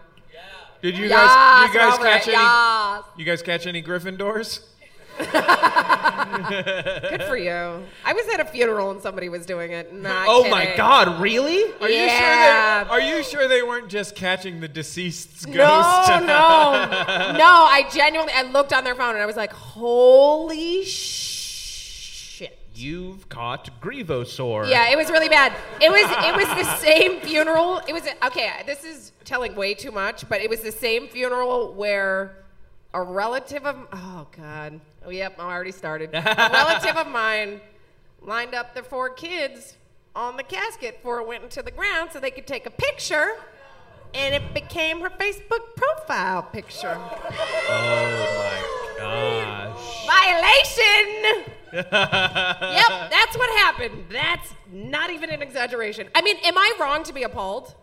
S3: Did you
S5: Yes,
S3: guys? You
S5: we're
S3: guys
S5: over it,
S3: catch any?
S5: yes.
S3: You guys catch any Gryffindors?
S5: Good for you. I was at a funeral and somebody was doing it. Not
S4: Oh
S5: kidding.
S4: my God! Really?
S3: Are
S5: Yeah.
S3: you sure they? Are you sure they weren't just catching the deceased's ghost?
S5: No, no, no! I genuinely, I looked on their phone and I was like, "Holy shit!"
S4: You've caught Grievosaur.
S5: Yeah, it was really bad. It was it was the same funeral. It was okay. This is telling way too much, but it was the same funeral where a relative of oh god oh yep I already started. A relative of mine lined up their four kids on the casket before it went into the ground so they could take a picture, and it became her Facebook profile picture.
S4: Oh my gosh.
S5: Violation. yep, that's what happened. That's not even an exaggeration. I mean, am I wrong to be appalled?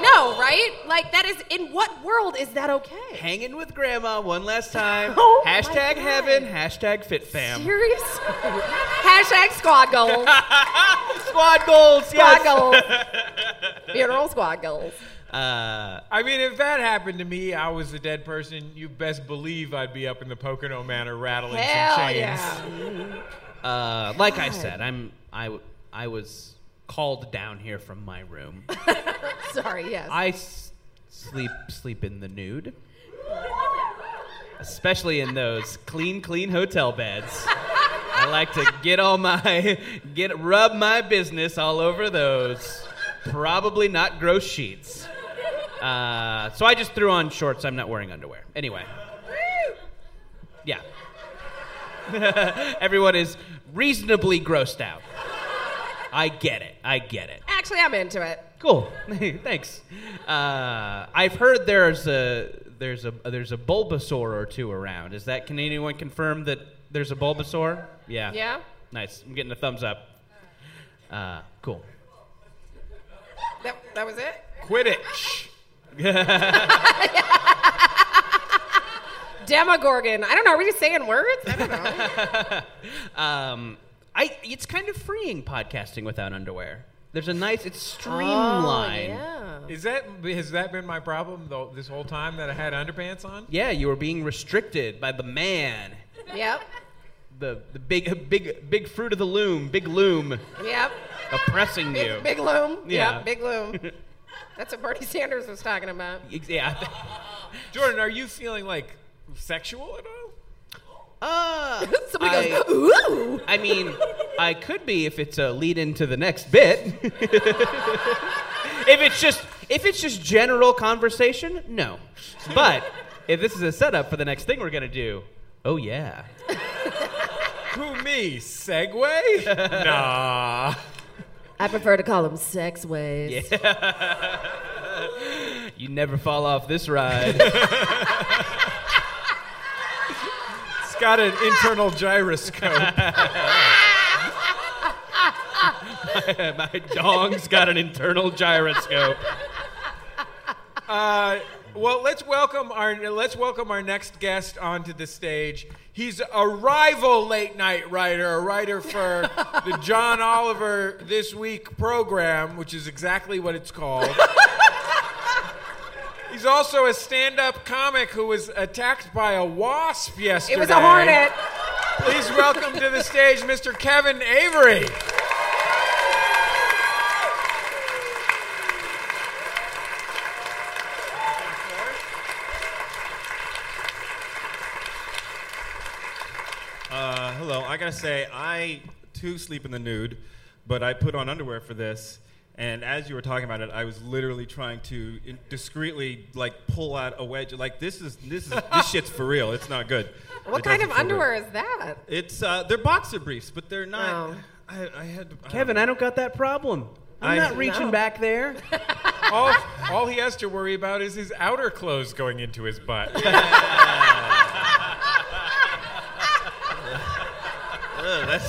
S5: No, right? Like that is in what world is that okay?
S4: Hanging with grandma one last time.
S5: Oh my
S4: hashtag
S5: God.
S4: heaven. Hashtag fit fam.
S5: Serious? Hashtag squad goals.
S4: Squad goals.
S5: Squad
S4: yes.
S5: goals. Funeral squad goals.
S4: Uh,
S3: I mean, if that happened to me, I was a dead person. You best believe I'd be up in the Pocono Manor rattling some
S5: Hell
S3: chains.
S5: yeah.
S4: uh, like I said, I'm. I w- I was called down here from my room.
S5: Sorry, yes.
S4: I s- sleep sleep in the nude. Especially in those clean, clean hotel beds. I like to get all my get rub my business all over those probably not gross sheets. Uh, so I just threw on shorts. I'm not wearing underwear. Anyway. Yeah. Everyone is reasonably grossed out. I get it. I get it.
S5: Actually, I'm into it.
S4: Cool. Thanks. Uh, I've heard there's a there's a there's a Bulbasaur or two around. Is that can anyone confirm that there's a Bulbasaur? Yeah.
S5: Yeah.
S4: Nice. I'm getting a thumbs up. Uh, cool.
S5: That, that was it.
S3: Quidditch.
S5: Demogorgon. I don't know. Are we just saying words? I don't know.
S4: Um, I it's kind of freeing podcasting without underwear. There's a nice it's streamlined.
S5: Oh, yeah.
S3: Is that has that been my problem though this whole time that I had underpants on?
S4: Yeah, you were being restricted by the man.
S5: Yep.
S4: The, the big big big fruit of the loom, big loom
S5: Yep.
S4: oppressing
S5: Big,
S4: you.
S5: big loom.
S4: Yeah.
S5: Yep, big loom. That's what Bernie Sanders was talking about.
S4: Yeah.
S3: Jordan, are you feeling like sexual at all?
S4: Uh,
S5: Somebody
S4: I,
S5: goes, ooh.
S4: I mean, I could be if it's a lead into the next bit. if it's just if it's just general conversation, no. But if this is a setup for the next thing we're gonna do, oh yeah.
S3: Who me? Segway? nah.
S5: I prefer to call them sex waves.
S4: You never fall off this ride.
S3: It's got an internal gyroscope.
S4: My dong's got an internal gyroscope.
S3: Uh, well, let's welcome our let's welcome our next guest onto the stage. He's a rival late night writer, a writer for the John Oliver This Week program, which is exactly what it's called. He's also a stand-up comic who was attacked by a wasp yesterday.
S5: It was a hornet.
S3: Please welcome to the stage Mr. Kevin Avery.
S6: Uh, hello. I gotta say, I too sleep in the nude, but I put on underwear for this. And as you were talking about it, I was literally trying to in- discreetly like pull out a wedge. Like this is this is this shit's for real. It's not good.
S5: What
S6: It
S5: kind
S6: doesn't
S5: of
S6: feel good.
S5: underwear is that?
S6: It's uh, they're boxer briefs, but they're not.
S5: Oh.
S6: I, I had I
S4: Kevin, I don't got that problem. I'm
S6: I-
S4: not reaching
S5: No.
S4: back there.
S3: All, all he has to worry about is his outer clothes going into his butt.
S6: Ugh, that's,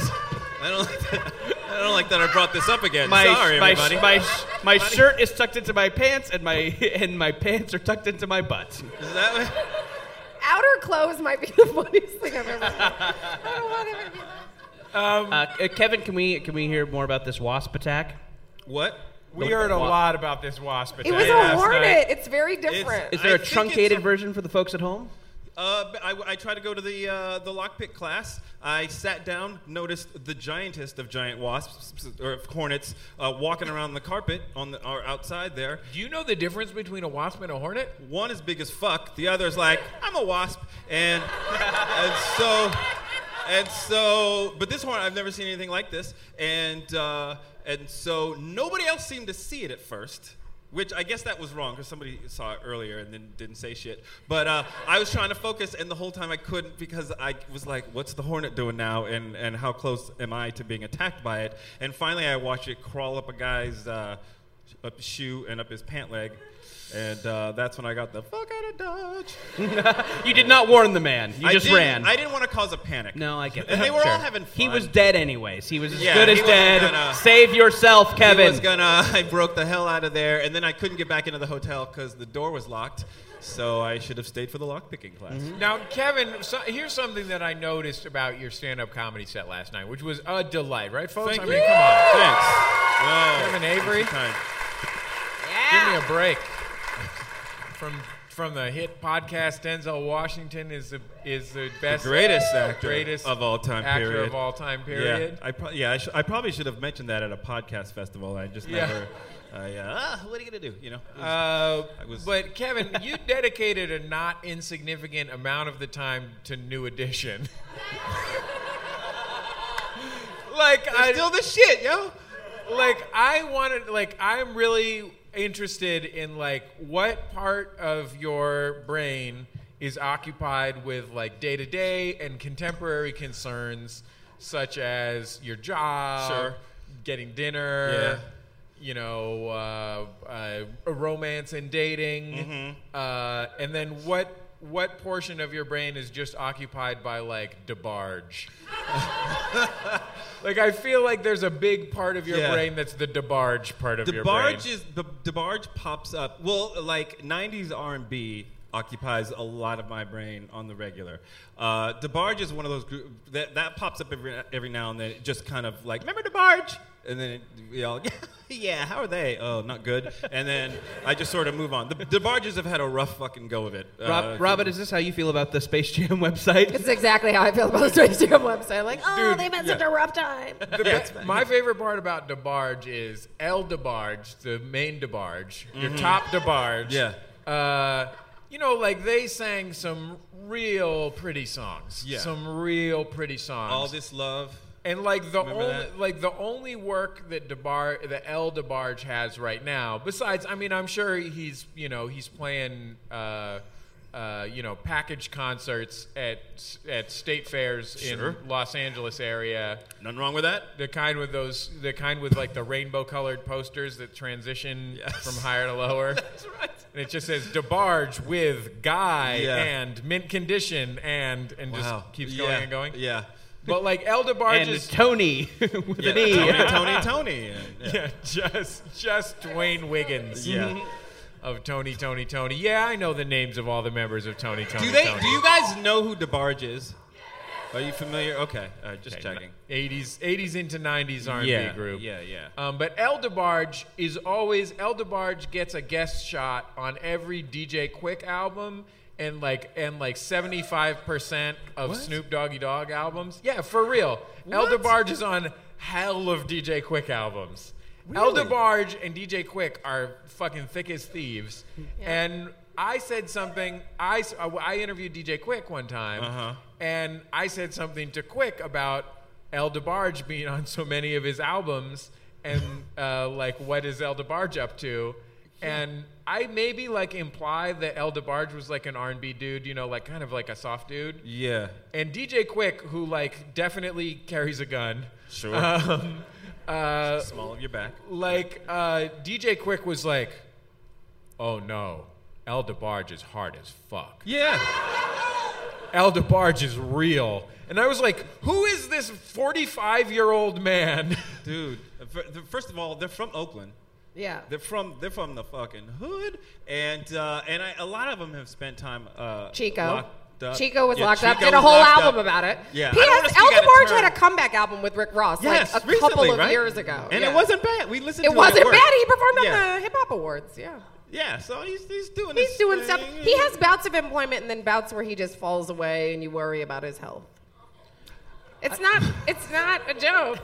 S6: I don't like that. I don't like that I brought this up again.
S4: My
S6: Sorry,
S4: my,
S6: everybody.
S4: my my shirt is tucked into my pants, and my and my pants are tucked into my butt.
S6: Is that-
S5: Outer clothes might be the funniest thing I've ever seen. I don't want them to be
S4: Uh, uh, Kevin, can we can we hear more about this wasp attack?
S6: what?
S3: We heard a lot about this wasp attack.
S5: It was
S3: last
S5: a hornet.
S3: night.
S5: It's very different.
S4: Is there
S6: I
S4: a
S6: think it's
S4: truncated
S6: a-
S4: version for the folks at home?
S6: Uh, I, I tried to go to the uh, the lockpick class. I sat down, noticed the giantest of giant wasps or hornets uh, walking around the carpet on the or outside there.
S3: Do you know the difference between a wasp and a hornet?
S6: One is big as fuck. The other is like I'm a wasp, and and so and so. But this hornet, I've never seen anything like this, and uh, and so nobody else seemed to see it at first. Which I guess that was wrong because somebody saw it earlier and then didn't say shit. But uh, I was trying to focus, and the whole time I couldn't because I was like, "What's the hornet doing now? And and how close am I to being attacked by it?" And finally, I watched it crawl up a guy's uh, up his shoe and up his pant leg, and uh, that's when I got the fuck out of Dodge.
S4: You did not warn the man. You
S6: I
S4: just
S6: didn't-
S4: ran.
S6: I didn't want to cause a panic.
S4: no, I get that.
S6: And they were
S4: Sure.
S6: all having fun.
S4: He was dead anyways. He was as
S6: Yeah,
S4: good as
S6: he wasn't
S4: dead.
S6: gonna-
S4: Save yourself,
S6: He
S4: Kevin.
S6: was gonna. I broke the hell out of there, and then I couldn't get back into the hotel because the door was locked. So I should have stayed for the lock picking class.
S3: Now, Kevin, so, here's something that I noticed about your stand-up comedy set last night, which was a delight, right, folks?
S6: Thank
S3: I
S6: you.
S3: mean, come on,
S6: Thanks. Whoa.
S3: Kevin Avery.
S6: Thanks for your time.
S3: give me a break. From from the hit podcast, Denzel Washington is the is the best,
S6: Greatest actor
S3: greatest
S6: of all time.
S3: actor
S6: period.
S3: of all time. Period.
S6: Yeah, I, pro- yeah I, sh- I probably should have mentioned that at a podcast festival. I just
S3: Yeah.
S6: never. I, uh, ah, what are you gonna do? You know. It was-
S3: Uh,
S6: I was-
S3: but Kevin, you dedicated a not insignificant amount of the time to New Edition. like I
S6: still the shit, yo.
S3: like I wanted like I'm really interested in like what part of your brain is occupied with like day to day and contemporary concerns such as your job,
S6: Sure.
S3: getting dinner,
S6: Yeah.
S3: you know, uh, uh, romance and dating,
S6: Mm-hmm.
S3: uh, and then what what portion of your brain is just occupied by like debarge? like I feel like there's a big part of your
S6: Yeah.
S3: brain that's the debarge part of your brain.
S6: DeBarge is the DeBarge pops up. Well, like '90s R&B occupies a lot of my brain on the regular. Uh, DeBarge is one of those group that that pops up every every now and then. It just kind of like remember DeBarge, and then it, we all. Yeah, how are they? Oh, not good. And then I just sort of move on. The DeBarges have had a rough fucking go of it.
S4: Rob,
S6: Uh,
S4: Robert, is this how you feel about the Space Jam website?
S5: It's exactly how I feel about the Space Jam website. Like, oh,
S3: Dude,
S5: they've had such a rough time.
S3: The be- my favorite part about DeBarge is El DeBarge, the main DeBarge, your top DeBarge.
S6: Mm-hmm. Yeah.
S3: Uh, you know, like they sang some real pretty songs.
S6: Yeah.
S3: Some real pretty songs.
S6: all this love.
S3: and like the
S6: Remember
S3: only
S6: that?
S3: like the only work that DeBar that El DeBarge has right now, besides, I mean, I'm sure he's you know he's playing. Uh, uh, you know, package concerts at at state fairs
S6: Sure.
S3: in Los Angeles area.
S6: Nothing wrong with that.
S3: The kind with those, the kind with like the rainbow colored posters that transition
S6: Yes.
S3: from higher to lower.
S6: That's right.
S3: And it just says DeBarge with Guy
S6: Yeah.
S3: and Mint Condition and, and
S6: Wow.
S3: just keeps going
S6: Yeah,
S3: and going.
S6: Yeah.
S3: But like El DeBarge
S4: And
S3: is
S4: Tony with
S6: yeah.
S4: an E.
S6: Tony, Tony, Tony. and- yeah.
S3: yeah, just, just Dwayne Wiggins.
S6: Yeah.
S3: Of Tony, Tony, Tony. Yeah, I know the names of all the members of Tony, Tony,
S6: Do they?
S3: Tony.
S6: Do you guys know who DeBarge is? Are you familiar? Okay, all right, just checking.
S3: 80s, 80s into 90s R&B
S6: yeah,
S3: group.
S6: Yeah, yeah.
S3: Um, but El DeBarge is always El DeBarge gets a guest shot on every DJ Quick album, and like and like 75% of Snoop Doggy Dogg albums. Yeah, for real. Elder Barge is on hell of DJ Quick albums. Elder Barge and DJ Quick are fucking thick as thieves. And I said something. I, s- I interviewed DJ Quick one time, and I said something to Quick about El DeBarge being on so many of his albums, and uh, like what is El DeBarge up to? And I maybe like imply that El DeBarge was like an R&B dude, you know, like kind of like a soft dude.
S6: Yeah.
S3: And DJ Quick, who like definitely carries a gun.
S6: Sure.
S3: Um, uh,
S6: Small of your back.
S3: like uh, DJ Quick was like, "Oh no, El DeBarge is hard as fuck.
S6: Yeah.
S3: El DeBarge is real." And I was like, "Who is this 45-year-old man?"
S6: Dude, fir- the- first of all, they're from Oakland.
S5: Yeah.
S6: They're from they're from the fucking hood, and uh, and I, a lot of them have spent time uh,
S5: Chico.
S6: locked up.
S5: Chico was
S6: Yeah,
S5: locked up.
S6: Chico
S5: Did a
S6: was
S5: whole
S6: locked
S5: album
S6: up.
S5: about it.
S6: Yeah, I don't wanna
S5: P.S.
S6: speak out
S5: Elder
S6: of
S5: Barge
S6: turn.
S5: had a comeback album with Rick Ross
S6: Yes,
S5: like a
S6: recently,
S5: couple of
S6: right?
S5: years ago.
S6: and
S5: Yeah.
S6: it wasn't bad. We listened.
S5: It
S6: to
S5: wasn't
S6: it at work.
S5: bad. He performed at
S6: Yeah.
S5: the Hip Hop Awards. Yeah.
S6: Yeah, so he's he's doing
S5: He's
S6: his
S5: doing
S6: thing.
S5: stuff. He has bouts of employment and then bouts where he just falls away and you worry about his health. It's not. It's not a joke,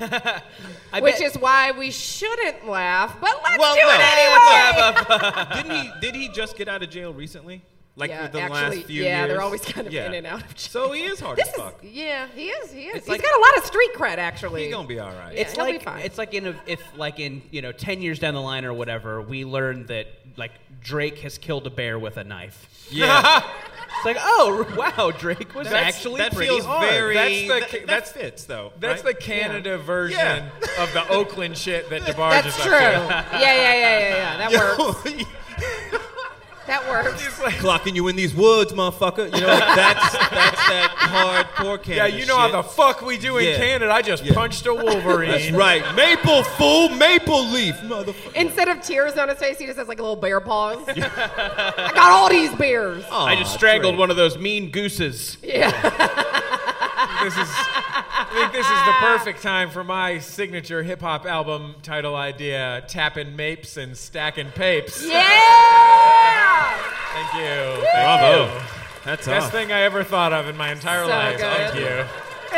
S4: I
S5: which
S4: bet-
S5: is why we shouldn't laugh. But let's
S6: Well,
S5: do
S6: no.
S5: it anyway.
S6: didn't he did he just get out of jail recently? Like
S5: yeah,
S6: within the
S5: actually,
S6: last few
S5: yeah,
S6: years.
S5: they're always kind of
S6: Yeah.
S5: in and out of jail.
S6: So he is hard
S5: This
S6: as
S5: is,
S6: fuck.
S5: yeah, he is. He is. He's
S4: like-
S5: got a lot of street cred, actually.
S6: He's gonna be all right.
S5: Yeah.
S4: It's
S5: he'll be
S4: like
S5: fine.
S4: it's like in a, if like in you know ten years down the line or whatever, we learn that like Drake has killed a bear with a knife.
S6: yeah,
S4: It's like oh wow, Drake was
S6: That's-
S4: actually
S6: that
S4: pretty
S6: feels
S4: hard.
S6: very.
S3: That's the
S6: that,
S3: ca-
S6: that
S3: that's-
S6: fits though.
S3: That's
S6: right?
S3: the Canada version
S6: Yeah.
S3: of the Oakland shit that DeBarge
S5: That's
S3: is
S5: true.
S3: up
S5: yeah, yeah, yeah, yeah, yeah. That works. That works.
S3: to. It's like,
S6: clocking you in these woods, motherfucker. You know that's that's that hardcore
S3: yeah,
S6: Canada.
S3: you know
S6: shit.
S3: how the fuck we do in
S6: Yeah.
S3: Canada. I just punched a
S6: That's
S3: Wolverine.
S6: right, maple fool, maple leaf, motherfucker.
S5: Instead of tears on his face, he just has like little bear paws. I got all these bears.
S3: Oh.
S4: I just strangled one of those mean gooses.
S5: Yeah.
S3: this is. I think this is the perfect time for my signature hip hop album title idea: tapping mapes and stacking papes.
S5: Yeah.
S3: Thank you.
S6: Bravo. That's
S3: Best thing I ever thought of in my entire
S5: So
S3: life.
S5: good.
S3: Thank you.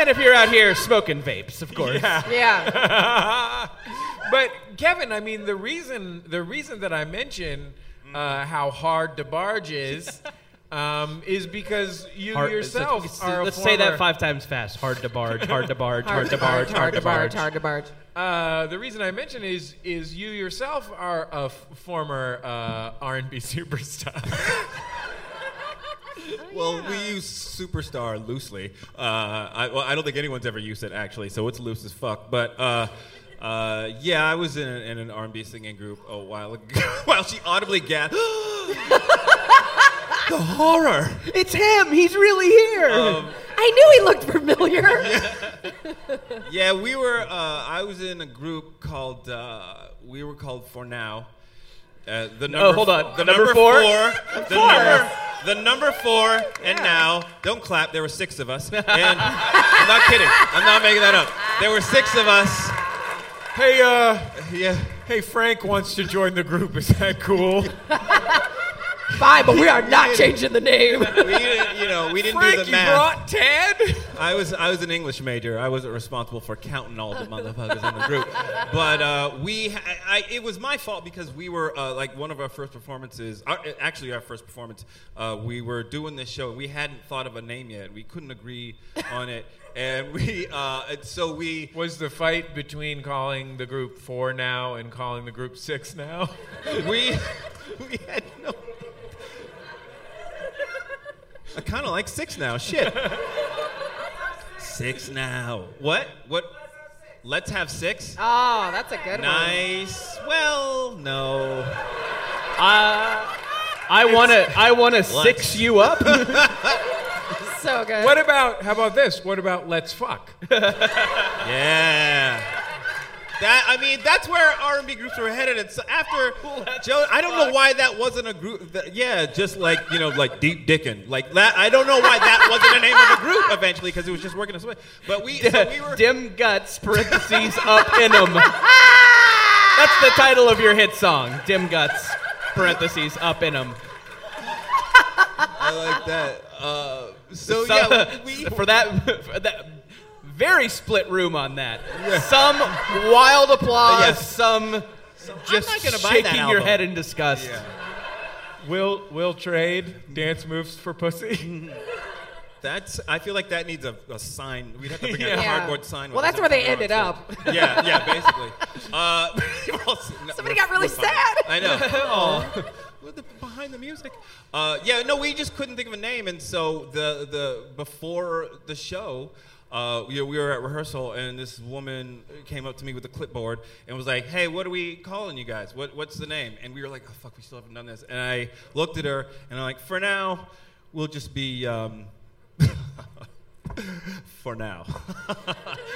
S4: And if you're out here smoking vapes, of course.
S5: Yeah.
S3: but Kevin, I mean, the reason the reason that I mention uh, how hard DeBarge is um, is because you
S4: Hard-
S3: yourself
S4: let's-
S3: are. a
S4: let's say that
S3: former-
S4: five times fast. Hard to barge, hard to barge, hard to barge,
S5: barge, hard to barge, hard to barge.
S3: Uh, the reason I mention is is you yourself are a f- former uh, R&B superstar.
S6: Well, we use superstar loosely. Uh, I, well, I don't think anyone's ever used it actually, so it's loose as fuck. But uh, uh, yeah, I was in, a, in an R&B singing group a while ago. while she audibly gasped, "The horror!"
S4: It's him. He's really here.
S5: I knew he looked familiar.
S6: Yeah, we were. Uh, I was in a group called. Uh, we were called For Now. Uh, the number.
S4: hold on.
S6: The
S4: Number
S6: number,
S4: four?
S6: four. the number. The number four and now. Don't clap. There were six of us. And I'm not kidding. I'm not making that up. There were six of us.
S3: hey, uh,
S6: Yeah.
S3: hey, Frank wants to join the group. Is that cool?
S5: Fine, but we are not changing the name.
S6: We didn't, you know, we didn't do
S3: Frank,
S6: the
S3: you
S6: math.
S3: brought Ted.
S6: I was I was an English major. I wasn't responsible for counting all the motherfuckers in the group, but uh, we I, I, it was my fault because we were uh, like one of our first performances. Our, actually, our first performance, uh, we were doing this show and we hadn't thought of a name yet. We couldn't agree on it, and we uh, and so we
S3: Was the fight between calling the group four now and calling the group six now?
S6: we we had no. I kind of like six now. Shit. six now. What? What? Let's have six.
S5: Oh, that's a good one.
S6: Nice. Well, no.
S4: I wanna, I wanna six you up.
S5: So good.
S3: What about how about this? What about let's fuck?
S6: Yeah. That I mean, that's where R and B groups were headed. And so after Joe, I don't know why that wasn't a group. That, yeah, just like you know, like Deep Dickin', like that. I don't know why that wasn't the name of the group eventually because it was just working its way. But we, so we were.
S4: Dim guts parentheses up in 'em. That's the title of your hit song. Dim guts parentheses up in 'em.
S6: I like that. Uh, so
S4: So-
S6: yeah, we
S4: for that, for that very split room on that. Some wild applause.
S6: Yes.
S4: Some just
S6: not gonna buy
S4: shaking
S6: that
S4: your
S6: album.
S4: head in disgust.
S3: Will will trade dance moves for pussy.
S6: That's. I feel like that needs a, a sign. We'd have to bring a
S5: Yeah.
S6: cardboard sign. with
S5: Well,
S6: us
S5: that's where they
S6: and put it
S5: ended
S6: on
S5: up.
S6: stage. yeah, yeah, basically. Uh, we're all s- no,
S5: Somebody
S6: we're-
S5: got really
S6: we're fine.
S5: sad.
S6: I know. Aw. With the- behind the music. Uh, yeah, no, we just couldn't think of a name, and so the the before the show. Uh, we, we were at rehearsal, and this woman came up to me with a clipboard and was like, "Hey, what are we calling you guys? What, what's the name?" And we were like, "Oh fuck, we still haven't done this." And I looked at her, and I'm like, "For now, we'll just be um, for now.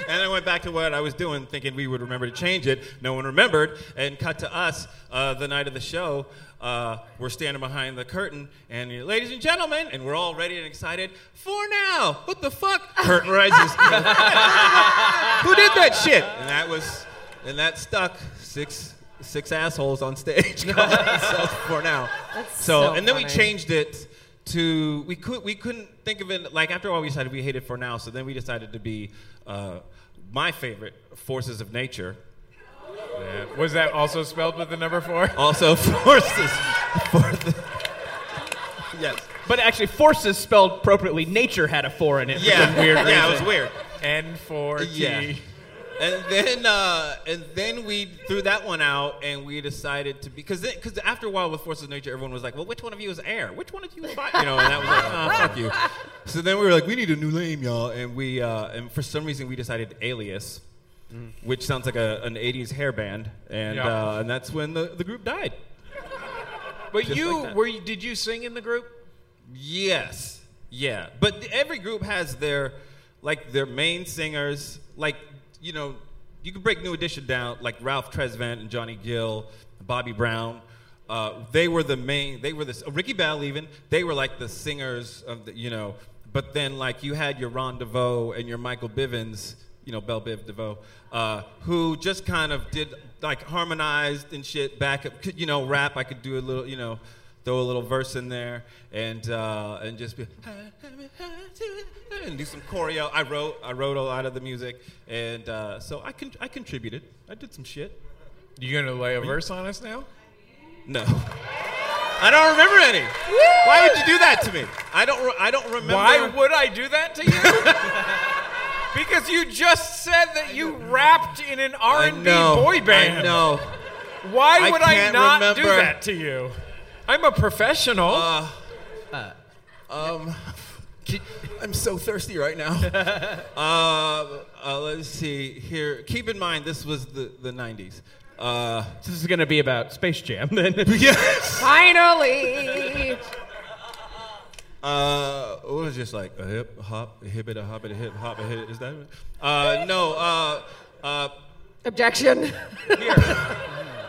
S6: and I went back to what I was doing, thinking we would remember to change it. No one remembered. And cut to us uh, the night of the show. Uh, we're standing behind the curtain, and uh, ladies and gentlemen, and we're all ready and excited. For now, what the fuck? Curtain rises. Who did that shit? And that was, and that stuck. Six six assholes on stage. calling themselves for now.
S5: so
S6: and then we
S5: funny.
S6: changed changed it to we could we couldn't think of it like after all we decided we hated for now so then we decided to be uh, my favorite forces of nature
S3: Was that also spelled with the number four?
S6: also forces for the, yes
S4: But actually, forces spelled appropriately. Nature had a four in it. for
S6: yeah
S4: some weird
S6: yeah it
S4: reason.
S6: was weird
S3: N four T.
S6: Yeah. And then uh, and then we threw that one out, and we decided to because because after a while with Forces of Nature, everyone was like, well, which one of you is air? Which one of you is fire? You know, and that was like, oh, fuck you. So then we were like, we need a new name, y'all, and we uh, and for some reason we decided Alias, which sounds like a, an '80s hair band, and
S3: Yeah.
S6: uh, and that's when the, the group died.
S3: But
S6: Just
S3: you
S6: like that.
S3: were you, did you sing in the group?
S6: Yes. Yeah. But th- every group has their like their main singers. Like you know, you can break New Edition down like Ralph Tresvant and Johnny Gill, Bobby Brown. Uh, they were the main. They were this Ricky Bell even. They were like the singers of the you know. But then like you had your Ron DeVoe and your Michael Bivins. You know, Bell Biv DeVoe, uh, who just kind of did like harmonized and shit back up, could, you know, rap. I could do a little, you know, throw a little verse in there and uh, and just be and do some choreo. I wrote I wrote a lot of the music and uh, so I con- I contributed. I did some shit.
S3: You gonna lay a verse on us now?
S6: No. I don't remember any. Why would you do that to me? I don't re- I don't remember.
S3: Why would I do that to you? because you just said that you rapped in an R
S6: I
S3: and B
S6: know.
S3: boy
S6: I
S3: band.
S6: know.
S3: Why
S6: I
S3: would I
S6: can't
S3: not do
S6: remember. Uh,
S3: that to you? I'm a professional.
S6: I'm so thirsty right now. uh, uh, let's see here. Keep in mind this was the the 90s. Uh,
S4: This is going to be about Space Jam. Then
S6: yes.
S5: Finally.
S6: Uh, it was just like a hip hop, a hip it, a hop it, a hip hop a hip. Is that? it? Uh, no. Uh, uh,
S5: Objection.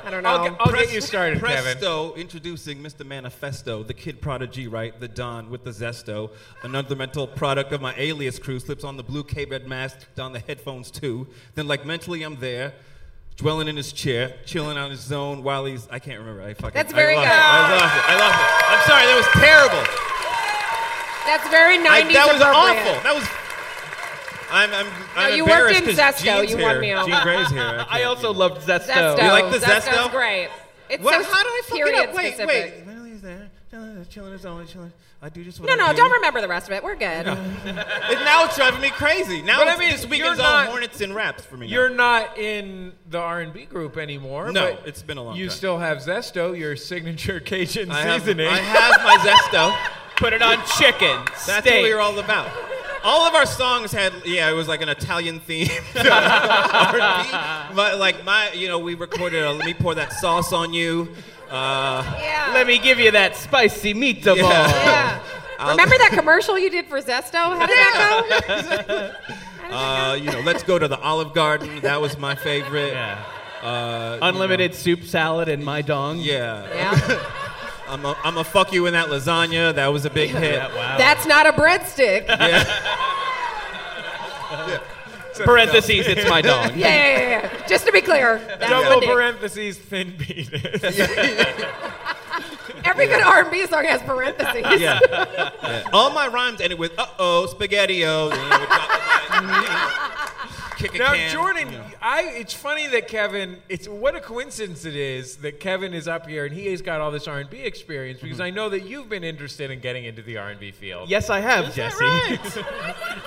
S5: I don't know.
S3: I'll,
S6: oh.
S3: get, I'll get you started, Kevin.
S6: Presto introducing Mr. Manifesto, the kid prodigy, right? The Don with the zesto. Another mental product of my alias crew slips on the blue K red mask, don the headphones too. Then, like, mentally, I'm there, dwelling in his chair, chilling on his zone while he's. I can't remember. I fucking.
S5: That's
S6: I
S5: very
S6: lost
S5: good.
S6: it. I lost it. I lost it. I'm sorry. That
S5: That's
S6: was terrible.
S5: very 90s.
S6: I- that was
S5: appropriate.
S6: awful. That was. I'm. I'm. I'm
S5: you
S6: embarrassed
S5: worked in
S6: 'cause
S5: Zesto.
S6: Gene's
S5: You won
S6: here.
S5: me over.
S6: Gene Gray's here. I,
S4: I
S6: can't-
S4: also loved Zesto.
S5: Zesto.
S6: You like the
S5: Zesto's
S6: Zesto?
S5: great. It's
S6: Well,
S5: so
S6: how did I fuck
S5: period
S6: it up? Wait,
S5: specific.
S6: wait. Well, he's there. Chilling, chilling, chilling, chilling. I do just what
S5: No,
S6: I
S5: no,
S6: do.
S5: don't remember the rest of it. We're good.
S6: And now it's driving me crazy. Now
S3: But I
S6: it's,
S3: mean,
S6: this weekend's
S3: you're
S6: all
S3: not-
S6: Hornets and Raps for me. now.
S3: You're not in the R and B group anymore.
S6: No,
S3: but
S6: it's been a long
S3: You
S6: time.
S3: still have Zesto, your signature Cajun
S6: I have,
S3: seasoning.
S6: I have my Zesto.
S4: Put it on chicken.
S6: That's
S4: steak.
S6: what we were all about. All of our songs had, yeah, it was like an Italian theme. R&B. But like my, you know, we recorded a "Let Me Pour That Sauce on You." Uh,
S5: Yeah.
S4: Let me give you that spicy meatball.
S6: Yeah.
S5: Yeah.
S6: Um.
S5: Remember that commercial you did for Zesto? How did that go?
S6: uh, you know, let's go to the Olive Garden. That was my favorite.
S4: Yeah.
S6: Uh,
S4: Unlimited soup salad and my dong.
S6: yeah.
S5: Yeah.
S6: I'm a, I'm a fuck you in that lasagna. That was a big hit.
S4: Yeah, wow.
S5: That's not a breadstick. Yeah,
S4: Parentheses, it's my dong.
S5: yeah, yeah, yeah. Just to be clear. That's
S3: Double
S5: what it-
S3: parentheses, thin penis.
S5: Every good R&B song has parentheses.
S6: Yeah. Yeah. All my rhymes ended with uh oh, spaghetti-o. You know, with chocolate lights, kick a
S3: Now,
S6: can.
S3: Jordan, I it's funny that Kevin. It's what a coincidence it is that Kevin is up here and he has got all this R and B experience because I know that you've been interested in getting into the R and B field.
S4: Yes, I have, Jesse.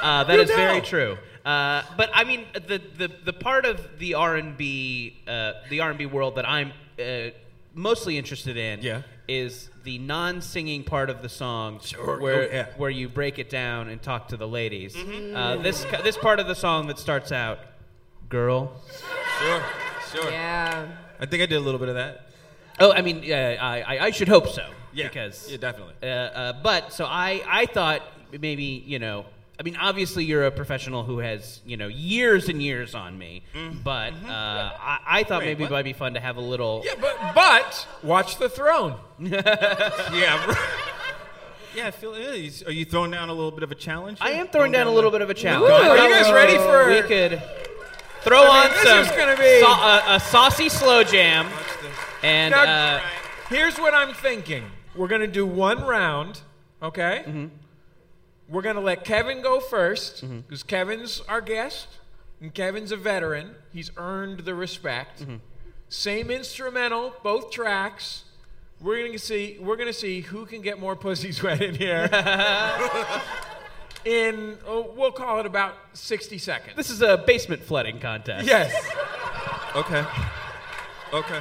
S4: uh, that is very true. Uh, but I mean, the, the, the part of the R and B uh, the R and B world that I'm uh, mostly interested in
S3: Yeah.
S4: is the non singing part of the song
S3: Sure,
S4: where
S3: oh, yeah.
S4: where you break it down and talk to the ladies. Uh, this this part of the song that starts out, girl.
S6: Sure, sure.
S5: Yeah.
S6: I think I did a little bit of that.
S4: Oh, I mean, uh, I, I I should hope so.
S6: Yeah.
S4: Because
S6: Yeah, definitely.
S4: uh, uh, but so I, I thought maybe you know I mean obviously you're a professional who has you know years and years on me, but uh, I, I thought maybe it
S6: what?
S4: might be fun to have a little.
S3: Yeah, but but watch the throne.
S6: Yeah. yeah, I feel it is. Are you throwing down a little bit of a challenge?
S4: I
S6: here?
S4: am
S3: Oh,
S4: throwing down a little bit of a challenge.
S3: Are you guys ready for-
S4: We could throw
S3: I mean,
S4: on
S3: this
S4: some
S3: is gonna be-
S4: sau- a, a saucy slow jam and
S3: Now,
S4: uh,
S3: here's what I'm thinking. We're gonna do one round, okay? We're gonna let Kevin go first because Kevin's our guest and Kevin's a veteran. He's earned the respect. Same instrumental, both tracks. We're gonna see. We're gonna see who can get more pussies wet in here. in oh, we'll call it about 60 seconds.
S4: this is a basement flooding contest.
S3: Yes,
S6: Okay. Okay.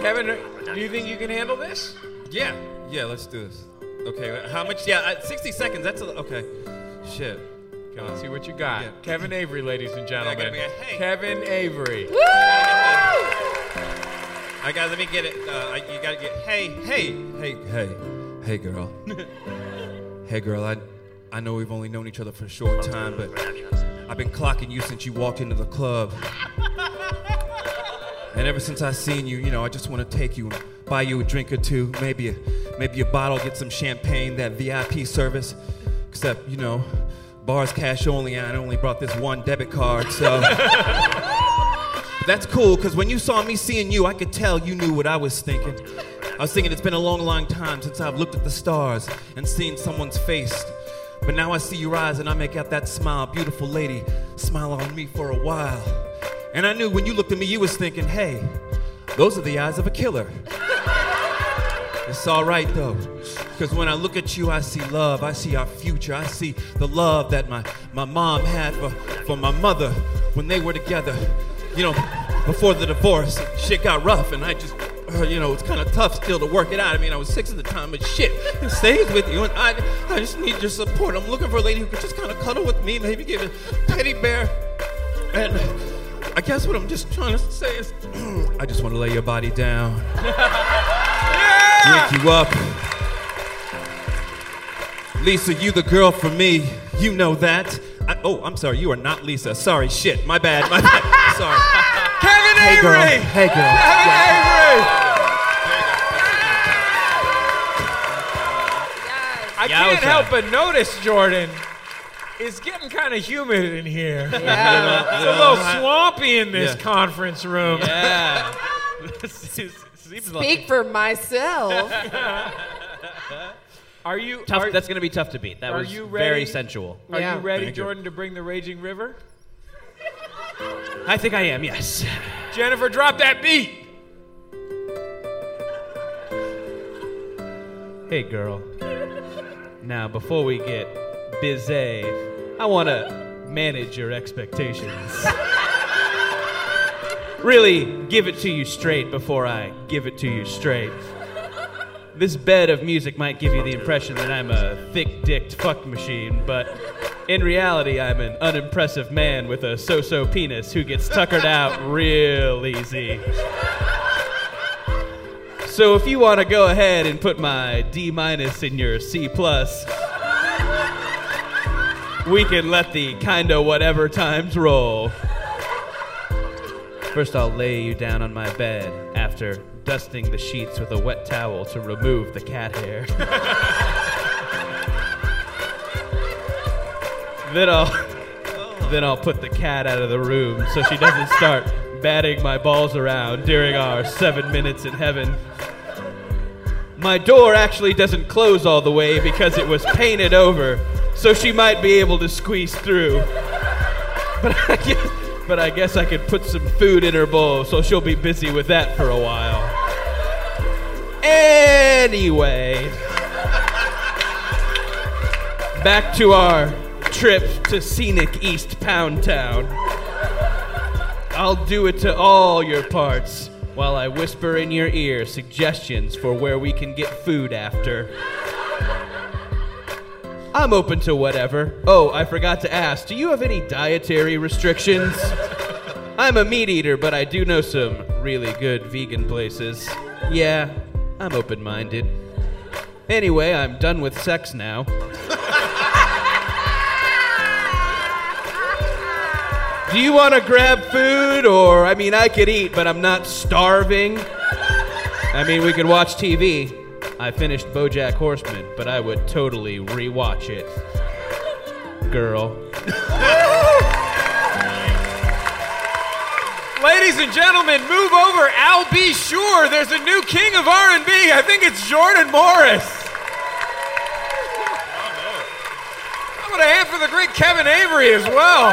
S3: Kevin. Do you think you can handle this?
S6: Yeah. Yeah, let's do this. Okay. How much? Yeah, uh, 60 seconds. That's a, okay. Shit.
S3: Okay, let's see what you got.
S6: Yeah.
S3: Kevin Avery, ladies and
S6: gotta
S3: gentlemen.
S6: be a hey.
S3: Kevin Avery.
S6: I got. to Let me get it. Uh, I, you gotta get. Hey, hey, hey, hey, hey, girl. hey, girl. I, I know we've only known each other for a short time, but I've been clocking you since you walked into the club. And ever since I seen you, you know, I just want to take you and buy you a drink or two, maybe a, maybe a bottle, get some champagne, that VIP service. Except, you know, bars cash only, and I only brought this one debit card, so. That's cool, because when you saw me seeing you, I could tell you knew what I was thinking. I was thinking it's been a long, long time since I've looked at the stars and seen someone's face. But now I see your eyes and I make out that smile. Beautiful lady, smile on me for a while. And I knew when you looked at me, you was thinking, hey, those are the eyes of a killer. It's all right though, because when I look at you, I see love. I see our future. I see the love that my, my mom had for, for my mother when they were together. You know, before the divorce, shit got rough, and I just, uh, you know, it's kind of tough still to work it out. I mean, I was six at the time, but shit, it stays with you, and I, I just need your support. I'm looking for a lady who could just kind of cuddle with me, maybe give a teddy bear. And I guess what I'm just trying to say is, I just want to lay your body down drink you up. Lisa, you the girl for me. You know that. I, oh, I'm sorry. You are not Lisa. Sorry. Shit. My bad. My bad. sorry.
S3: Kevin
S6: Hey, girl.
S3: Avery!
S6: Hey, girl.
S3: Kevin
S6: Yeah.
S3: Avery! I can't
S4: Yowza.
S3: help but notice, Jordan, it's getting kind of humid in here. It's a little swampy in this
S6: Yeah.
S3: conference room.
S4: Yeah. This is- seems like-
S5: Speak for myself.
S3: Are you
S4: Tough,
S3: are,
S4: that's going to be tough to beat. That
S3: are
S4: was
S3: you ready?
S4: very sensual.
S3: are
S5: Yeah.
S3: you ready,
S6: Thank you.
S3: Jordan, to bring the raging river?
S4: I think I am. Yes.
S3: Jennifer, drop that beat.
S4: Hey, girl. Now, before we get busy, I want to manage your expectations. really give it to you straight before I give it to you straight. This bed of music might give you the impression that I'm a thick dicked fuck machine, but in reality, I'm an unimpressive man with a so so penis who gets tuckered out real easy. So if you want to go ahead and put my D minus in your C plus, we can let the kinda whatever times roll. First, I'll lay you down on my bed after dusting the sheets with a wet towel to remove the cat hair. then I'll then I'll put the cat out of the room so she doesn't start batting my balls around during our seven minutes in heaven. My door actually doesn't close all the way because it was painted over, so she might be able to squeeze through. But I guess, but I, guess I could put some food in her bowl, so she'll be busy with that for a while. Anyway, back to our trip to scenic East Pound Town. I'll do it to all your parts while I whisper in your ear suggestions for where we can get food after. I'm open to whatever. Oh, I forgot to ask do you have any dietary restrictions? I'm a meat eater, but I do know some really good vegan places. Yeah, I'm open minded. Anyway, I'm done with sex now. Do you want to grab food? Or, I mean, I could eat, but I'm not starving. I mean, we could watch TV. I finished Bojack Horseman, but I would totally rewatch it. Girl.
S3: Ladies and gentlemen, move over. Al B. Sure, there's a new king of R&B. I think it's Jordan Morris. I'm gonna hand for the great Kevin Avery as well.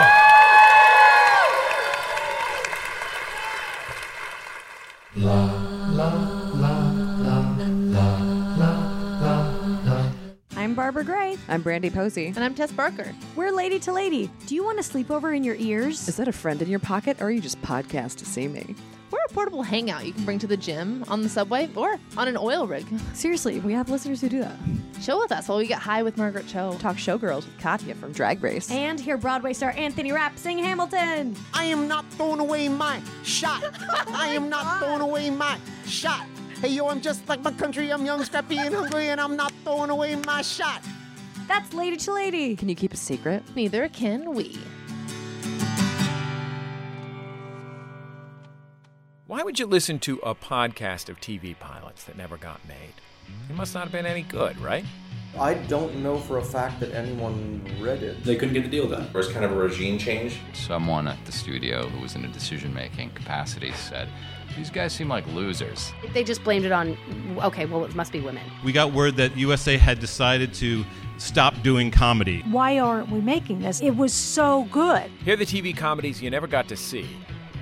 S7: I'm Barbara Gray.
S8: I'm Brandy Posey.
S5: And I'm Tess Barker.
S7: We're Lady to Lady. Do you want to sleep over in your ears?
S8: Is that a friend in your pocket, or are you just podcast to see me?
S9: We're a portable hangout you can bring to the gym, on the subway, or on an oil rig.
S7: Seriously, we have listeners who do that.
S9: Chill with us while we get high with Margaret Cho.
S8: Talk showgirls with Katya from Drag Race.
S7: And hear Broadway star Anthony Rapp sing Hamilton.
S10: I am not throwing away my shot. I am not throwing away my shot. Hey yo, I'm just like my country. I'm young, scrappy, and hungry, and I'm not throwing away my shot.
S7: That's Lady to Lady.
S8: Can you keep a secret?
S9: Neither can we.
S11: Why would you listen to a podcast of TV pilots that never got made? It must not have been any good, right?
S12: I don't know for a fact that anyone read it.
S13: They couldn't get the deal done. There was kind of a regime change.
S14: Someone at the studio who was in a decision making capacity said, These guys seem like losers.
S15: They just blamed it on, okay, well, it must be women.
S16: We got word that USA had decided to stop doing comedy.
S7: Why aren't we making this? It was so good.
S11: Hear the TV comedies you never got to see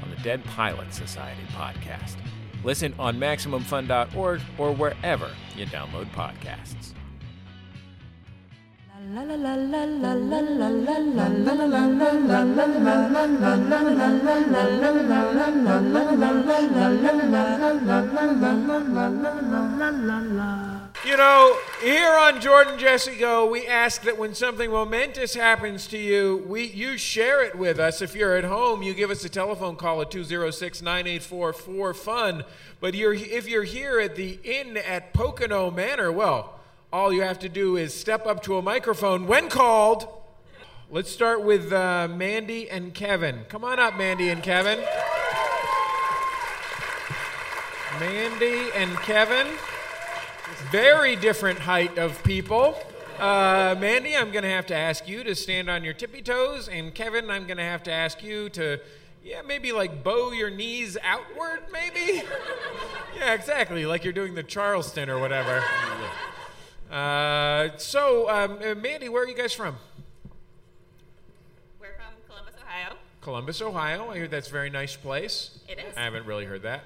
S11: on the Dead Pilot Society podcast. Listen on MaximumFun.org or wherever you download podcasts.
S17: La la la la la la la la la la la la la la la
S3: You know, here on Jordan Jesse Go, we ask that when something momentous happens to you, we you share it with us. If you're at home, you give us a telephone call at 206-984-4FUN. But you're if you're here at the inn at Pocono Manor, well, all you have to do is step up to a microphone when called. Let's start with uh, Mandy and Kevin. Come on up, Mandy and Kevin. Mandy and Kevin, very different height of people. Uh, Mandy, I'm going to have to ask you to stand on your tippy toes, and Kevin, I'm going to have to ask you to, yeah, maybe like bow your knees outward, maybe? yeah, exactly, like you're doing the Charleston or whatever. Uh, so, um, uh, Mandy, where are you guys from?
S18: We're from Columbus, Ohio.
S3: Columbus, Ohio. I hear that's a very nice place.
S18: It is.
S3: I haven't really heard that.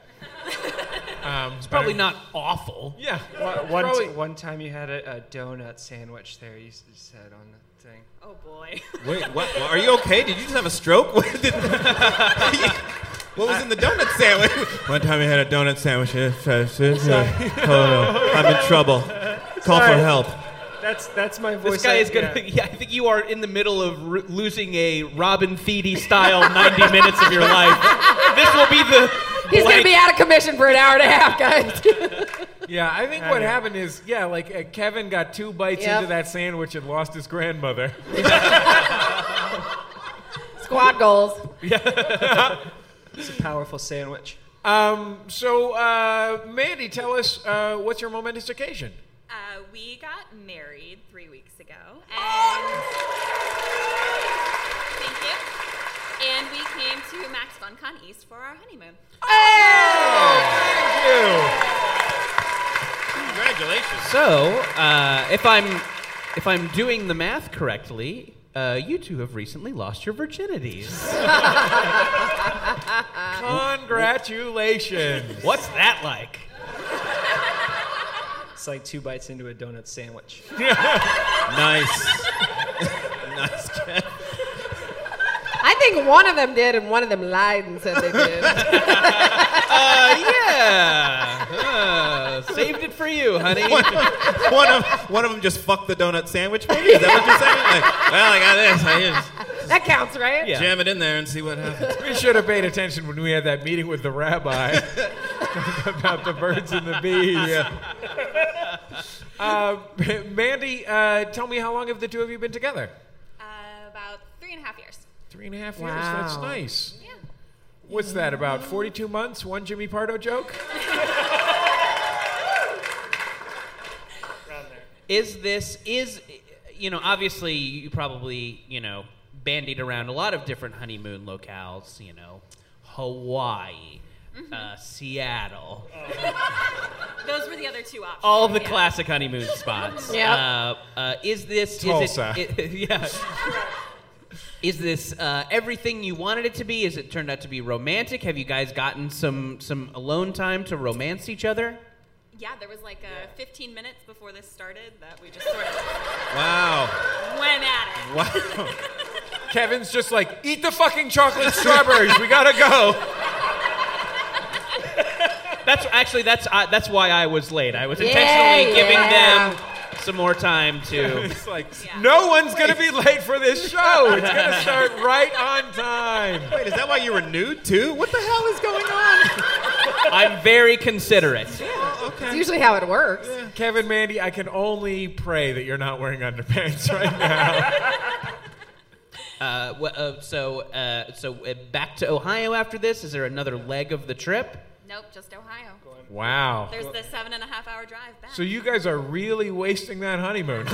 S3: Um, it's
S4: Probably not awful.
S3: Yeah.
S19: One,
S3: it's
S19: one,
S3: probably-
S19: t- one time you had a, a donut sandwich there, you s- you said on the thing.
S18: Oh boy.
S6: Wait, what? Are you okay? Did you just have a stroke? What did- what was in the donut sandwich? One time I had a donut sandwich. eh, eh, eh, eh. Oh, no. I'm in trouble. Call for
S19: Sorry.
S6: help.
S19: That's that's my voice.
S4: This guy
S19: I-
S4: is gonna.
S19: yeah.
S4: Yeah, I think you are in the middle of r- losing a Robin Thede style 90 minutes of your life. This will be the.
S5: He's going to
S4: blank-
S5: be out of commission for an hour and a half, guys.
S3: Yeah, I think what happened is, yeah, like uh, Kevin got two bites
S5: Yep.
S3: into that sandwich and lost his grandmother.
S5: Squad goals.
S19: It's a powerful sandwich.
S3: Um, so, uh, Mandy, tell us uh, what's your momentous occasion?
S18: Uh, we got married three weeks ago,
S3: Oh!
S18: and thank you. And we came to Max FunCon East for our honeymoon.
S3: Thank you.
S6: Congratulations.
S4: So, uh, if I'm if I'm doing the math correctly, uh, you two have recently lost your virginities.
S3: Congratulations.
S4: What's that like?
S19: It's like two bites into a donut sandwich.
S6: nice. nice, Ken.
S5: I think one of them did, and one of them lied and said they did.
S4: uh, yeah. Uh, saved it for you, honey.
S6: One, one of one of them just fucked the donut sandwich. Maybe is that what you're saying? Like, well, I got this. I just
S5: That counts, right?
S6: jam it in there and see what happens.
S3: We should have paid attention when we had that meeting with the rabbi about the birds and the bees. Uh, Mandy, uh, tell me how long have the two of you been together?
S18: Uh, about three and a half years.
S3: Three and a half years. That's
S18: Wow.
S3: nice. What's that about? 42 months? One Jimmy Pardo joke?
S4: is this is you know obviously you probably you know bandied around a lot of different honeymoon locales you know hawaii uh, seattle
S18: Those were the other two options.
S4: all the
S18: yeah.
S4: classic honeymoon spots
S18: Yep.
S4: uh, uh, is this
S3: Tulsa.
S4: is it, it yeah is this uh, everything you wanted it to be is it turned out to be romantic have you guys gotten some some alone time to romance each other
S18: Yeah, there was like uh, 15 minutes before this started that we just sort of
S6: Wow.
S18: went at it.
S6: Wow.
S3: Kevin's just like, eat the fucking chocolate strawberries. We gotta go.
S4: That's actually that's uh, that's why I was late. I was
S3: Yeah,
S4: intentionally giving
S3: yeah.
S4: them some more time to.
S3: It's like no one's gonna be late for this show. It's gonna start right on time.
S6: Wait, is that why you were nude too? What the hell is going on? Oh,
S4: I'm very considerate.
S5: It's usually how it works.
S3: Kevin, Mandy, I can only pray that you're not wearing underpants right now.
S4: Uh, wh- uh, so uh, so uh, back to Ohio after this. Is there another leg of the trip?
S18: Nope, just Ohio.
S3: Wow.
S18: There's the seven and a half hour drive back.
S3: So you guys are really wasting that honeymoon.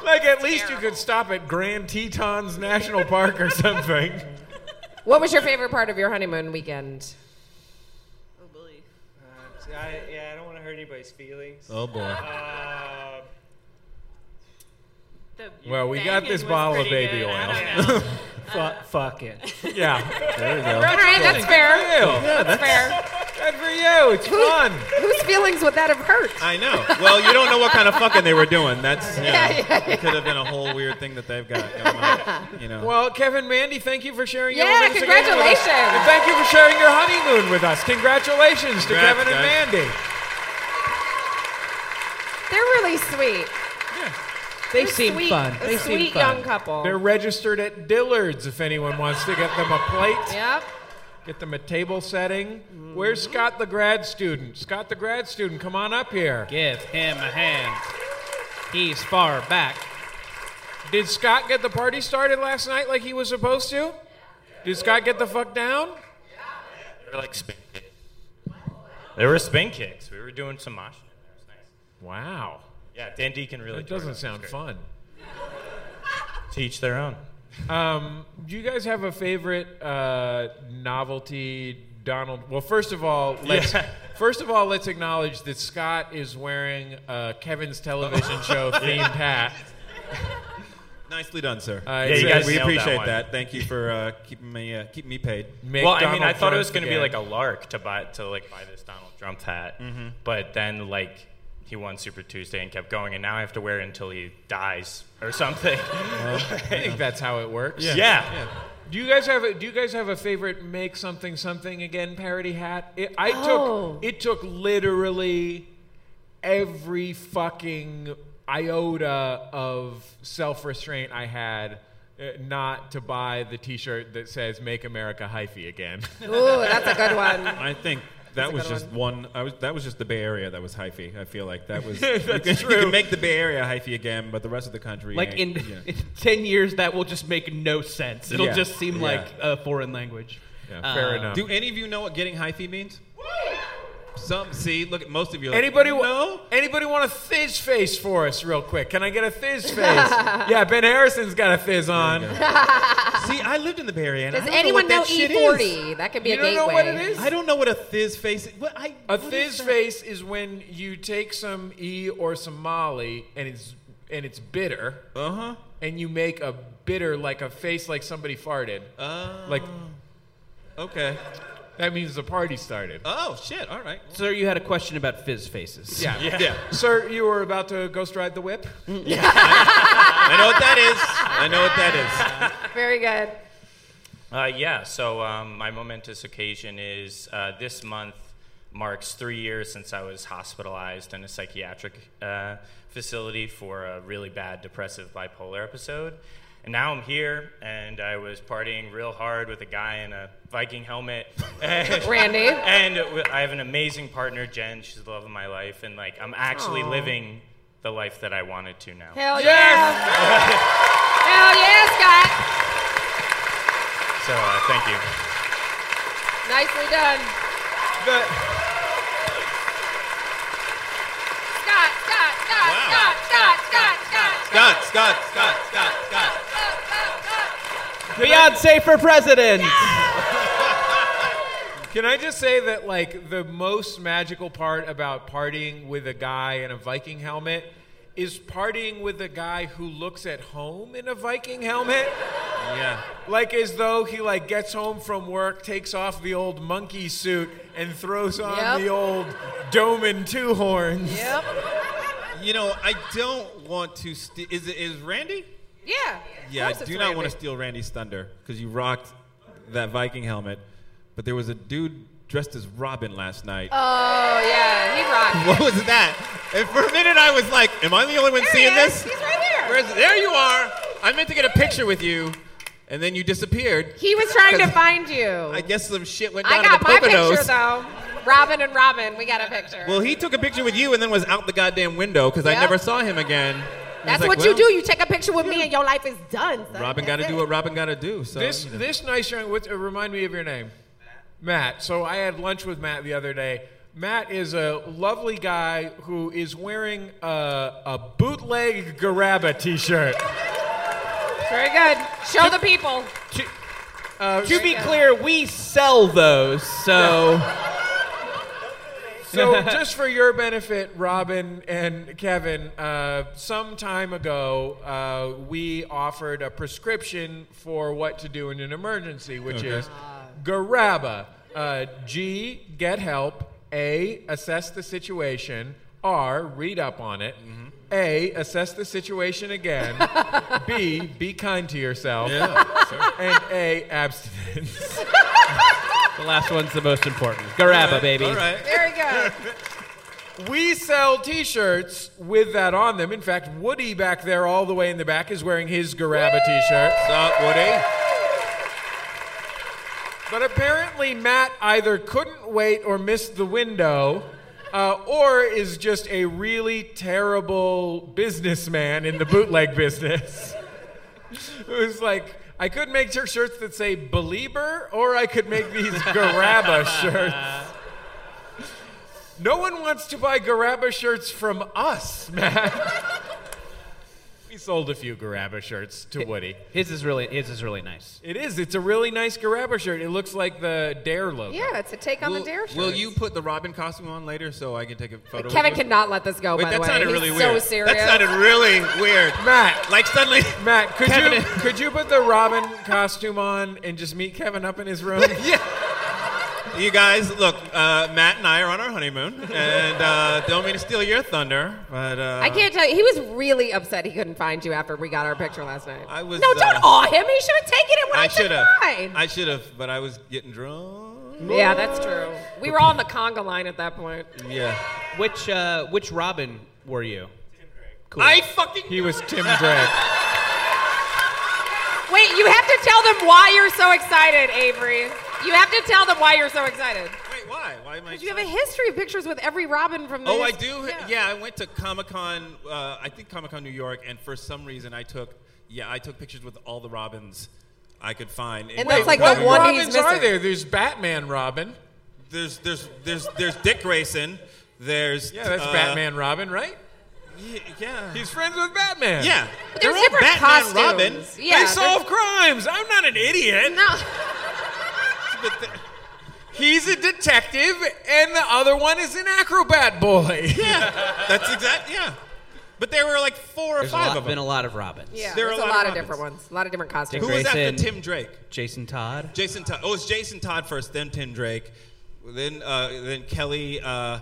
S3: like at least you could stop at Grand Tetons National Park or something.
S5: What was your favorite part of your honeymoon weekend?
S19: So I, yeah, I don't want to hurt anybody's feelings.
S6: Oh, boy.
S19: Uh,
S18: The
S3: Well, we got
S18: banging
S3: this
S18: was
S3: bottle of
S18: pretty
S3: baby
S18: good, I
S3: oil.
S18: don't know.
S19: Fu- fuck it.
S3: Yeah. There
S19: you
S3: go.
S5: All right, that's fair.
S3: Good for you.
S5: that's, fair.
S3: Good for you. It's fun.
S5: Whose feelings would that have hurt?
S6: I know. Well, you don't know what kind of fucking they were doing. That's yeah.
S5: Yeah, yeah,
S6: It could have been a whole weird thing that they've got going on. You know.
S3: Well, Kevin, Mandy, thank you for sharing your
S5: Yeah,
S3: women's again with us.
S5: congratulations.
S3: And thank you for sharing your honeymoon with us. Congratulations to
S6: Congrats,
S3: Kevin and
S6: guys.
S3: Mandy.
S5: They're really sweet.
S4: They
S5: They're
S4: seem
S5: sweet.
S4: fun.
S5: A
S4: They seem
S5: sweet
S4: fun.
S5: young couple.
S3: They're registered at Dillard's if anyone wants to get them a plate.
S5: yep.
S3: Get them a table setting. Where's Scott the grad student? Scott the grad student, come on up here.
S4: Give him a hand. He's far back.
S3: Did Scott get the party started last night like he was supposed to? Did Scott get the fuck down?
S20: They were like spin kicks. There were spin kicks. We were doing some mosh.
S3: Wow.
S20: Yeah, Dan Deacon really.
S3: That doesn't sound fun.
S20: Teach their own.
S3: Um, do you guys have a favorite uh, novelty Donald? Well, first of all, let's
S20: Yeah.
S3: first of all let's acknowledge that Scott is wearing uh, Kevin's television show themed hat.
S6: Nicely done, sir.
S3: Uh, Yeah, it's you a- guys
S6: we
S3: nailed that
S6: appreciate
S20: one.
S6: that. Thank you for uh, keeping me uh, keeping me paid.
S3: Make
S20: well, I mean,
S3: Donald
S20: I thought it
S3: Trump
S20: was going to be
S3: again.
S20: like a lark to buy to like buy this Donald Trump hat,
S3: Mhm.
S20: but then like he won Super Tuesday and kept going, and now I have to wear it until he dies or something.
S3: I think that's how it works.
S20: Yeah.
S3: Do you guys have a Do you guys have a favorite "Make Something Something Again" parody hat? It, I
S5: Oh.
S3: took it took literally every fucking iota of self restraint I had uh, not to buy the T-shirt that says "Make America Hyphy Again."
S5: Ooh, that's a good one.
S6: I think
S5: That's
S6: that
S5: a
S6: was
S5: good
S6: just one. I was that was just the Bay Area that was hyphy. I feel like that was.
S4: That's
S6: you can, You
S4: true.
S6: can make the Bay Area hyphy again, but the rest of the country.
S4: Like in,
S6: ain't, you know.
S4: in ten years, that will just make no sense. It'll
S6: Yeah.
S4: just seem
S6: Yeah.
S4: like a foreign language.
S5: Uh,
S4: Um,
S6: Do any of you know what getting hyphy means? Some see. Look at most of you. Like,
S3: Anybody wa-
S6: know?
S3: Anybody want a fizz face for us, real quick? Can I get a fizz face? yeah, Ben Harrison's got a fizz on.
S6: See, I lived in the Bay Area. And
S5: Does
S6: I don't
S5: anyone
S6: know,
S5: know
S6: what that shit
S3: E
S5: E40?
S6: Is.
S5: That could be
S6: you
S5: a
S6: don't know what it
S5: gateway.
S6: is. I don't know what a fizz face. Is. What I
S3: A
S6: what
S3: fizz
S6: is that?
S3: face is when you take some E or some Molly and it's and it's bitter.
S6: Uh huh.
S3: And you make a bitter like a face like somebody farted. like.
S6: Oh. Okay.
S3: That means the party started.
S6: Oh shit! All right.
S4: Sir, you had a question about fizz faces.
S3: Yeah. Sir, you were about to ghost ride the whip.
S6: I know what that is. I know what that is.
S5: Very good.
S20: Uh, yeah, so um, my momentous occasion is uh, this month marks three years since I was hospitalized in a psychiatric uh, facility for a really bad depressive bipolar episode. And now I'm here, and I was partying real hard with a guy in a Viking helmet.
S5: Randy.
S20: And w- I have an amazing partner, Jen. She's the love of my life. And, like, I'm actually
S5: Aw.
S20: living the life that I wanted to now.
S5: Hell yeah. Hell yeah, Scott.
S20: So, uh, thank you.
S5: Nicely done. Scott, Scott, Scott, Scott, Scott, Scott, Scott.
S6: Scott, Scott, Scott, Scott, Scott.
S4: Beyonce for president.
S3: Can I just say that, like, the most magical part about partying with a guy in a Viking helmet is partying with a guy who looks at home in a Viking helmet?
S6: Yeah.
S3: Like, as though he, like, gets home from work, takes off the old monkey suit, and throws on
S6: Yep.
S3: the old Doman two horns.
S5: Yep.
S6: You know, I don't want to. St- is it is Randy?
S5: Yeah.
S6: Yeah, I
S5: Of course
S6: do
S5: it's
S6: not want
S5: Randy.
S6: to steal Randy's thunder because you rocked that Viking helmet. But there was a dude dressed as Robin last night.
S5: Oh yeah, he rocked.
S6: What was that? And for a minute, I was like, "Am I the only one seeing this?"
S5: He's right here.
S6: Where's, there you are. I meant to get a picture with you, and then you disappeared.
S5: He was trying to
S6: 'Cause
S5: find you.
S6: I guess some shit went down
S5: I got
S6: in the
S5: my picture
S6: Poconos.
S5: though. Robin and Robin, we got a picture.
S6: Well, he took a picture with you and then was out the goddamn window because I
S5: Yep.
S6: never saw him again. And I
S5: That's
S6: was like,
S5: what you
S6: "Well,
S5: do. You take a picture with me, and your life is done. Son.
S6: Robin got to do what Robin got to do. So
S3: this
S6: you know.
S3: this nice young what, uh, remind me of your name matt so i had lunch with matt the other day matt is a lovely guy who is wearing a, a bootleg garaba t-shirt
S5: Very good. Show the people.
S3: uh,
S4: To be clear, we sell those, so
S3: so just for your benefit robin and kevin uh, some time ago uh, we offered a prescription for what to do in an emergency which
S6: Okay.
S3: is Garaba. Uh, G, get help. A, assess the situation. R, read up on it. A, assess the situation again. B, be kind to yourself.
S4: Yeah,
S3: and A, abstinence.
S4: the last one's the most important. Garaba, baby.
S5: Very good.
S3: We sell T-shirts with that on them. In fact, Woody back there, all the way in the back, is wearing his Garaba T-shirt.
S6: Sup, Woody?
S3: But apparently, Matt either couldn't wait or missed the window, uh, or is just a really terrible businessman in the bootleg business. Who's like, I could make t- shirts that say "Belieber," or I could make these Garaba shirts. No one wants to buy Garaba shirts from us, Matt. we sold a few Garaba shirts to Woody.
S4: His is really his is really nice.
S3: It is. It's a really nice Garaba shirt. It looks like the Dare logo.
S5: Yeah, it's a take on the dare show.
S6: Will you put the Robin costume on later so I can take a photo?
S5: Kevin
S6: with you?
S5: cannot let this go.
S6: Wait,
S5: by
S6: that
S5: the way,
S6: sounded
S5: He's
S6: really
S5: so
S6: weird.
S5: serious.
S6: That sounded really weird.
S3: Matt,
S6: like suddenly,
S3: Matt, could
S6: Kevin-
S3: you could you put the Robin costume on and just meet Kevin up in his room? yeah.
S6: You guys, look, uh, Matt and I are on our honeymoon, and uh, don't mean to steal your thunder, but uh,
S5: I can't tell you. He was really upset he couldn't find you after we got our picture last night. I
S6: was,
S5: No, don't
S6: uh,
S5: awe him. He should have taken it when I,
S6: I should have.
S5: said mine.
S6: I should have, but I was getting drunk.
S5: Yeah, that's true. We were all on the conga line at that point.
S6: Yeah.
S4: Which uh, which Robin were you? Cool.
S6: I fucking.
S3: He was Tim Drake.
S5: Wait, you have to tell them why you're so excited, Avery. You have to tell them why you're so excited.
S6: Wait, why? Why am I?
S5: You have a history of pictures with every Robin from the.
S6: Oh, I do. Yeah, I went to Comic Con. Uh, I think Comic Con New York, and for some reason, I took. Yeah, I took pictures with all the Robins I could find. in
S5: And that's
S6: Comic
S5: like
S6: Con
S5: the
S6: New
S5: one
S6: York.
S5: he's Robins are missing. there?
S3: There's Batman Robin.
S6: There's there's there's there's Dick Grayson. There's
S3: Yeah, that's
S6: uh,
S3: Batman Robin, right?
S6: yeah.
S3: He's friends with Batman.
S6: Yeah.
S5: But there's They're all different Batman and Robin. costumes. Yeah,
S3: they
S5: there's-
S3: solve crimes. I'm not an idiot.
S5: No.
S3: He's a detective, and the other one is an acrobat boy.
S6: Yeah, that's exact. Yeah, but there were like four or
S4: There's a
S6: five
S4: lot-
S6: of them.
S4: been a lot of Robins.
S5: Yeah,
S6: There are
S5: there's a lot, of,
S6: Robins.
S5: different ones. A lot of different costumes.
S6: Who was after Tim Drake?
S4: Jason Todd.
S6: Jason Todd. Oh, it's Jason Todd first, then Tim Drake, then uh, then Kelly. Uh,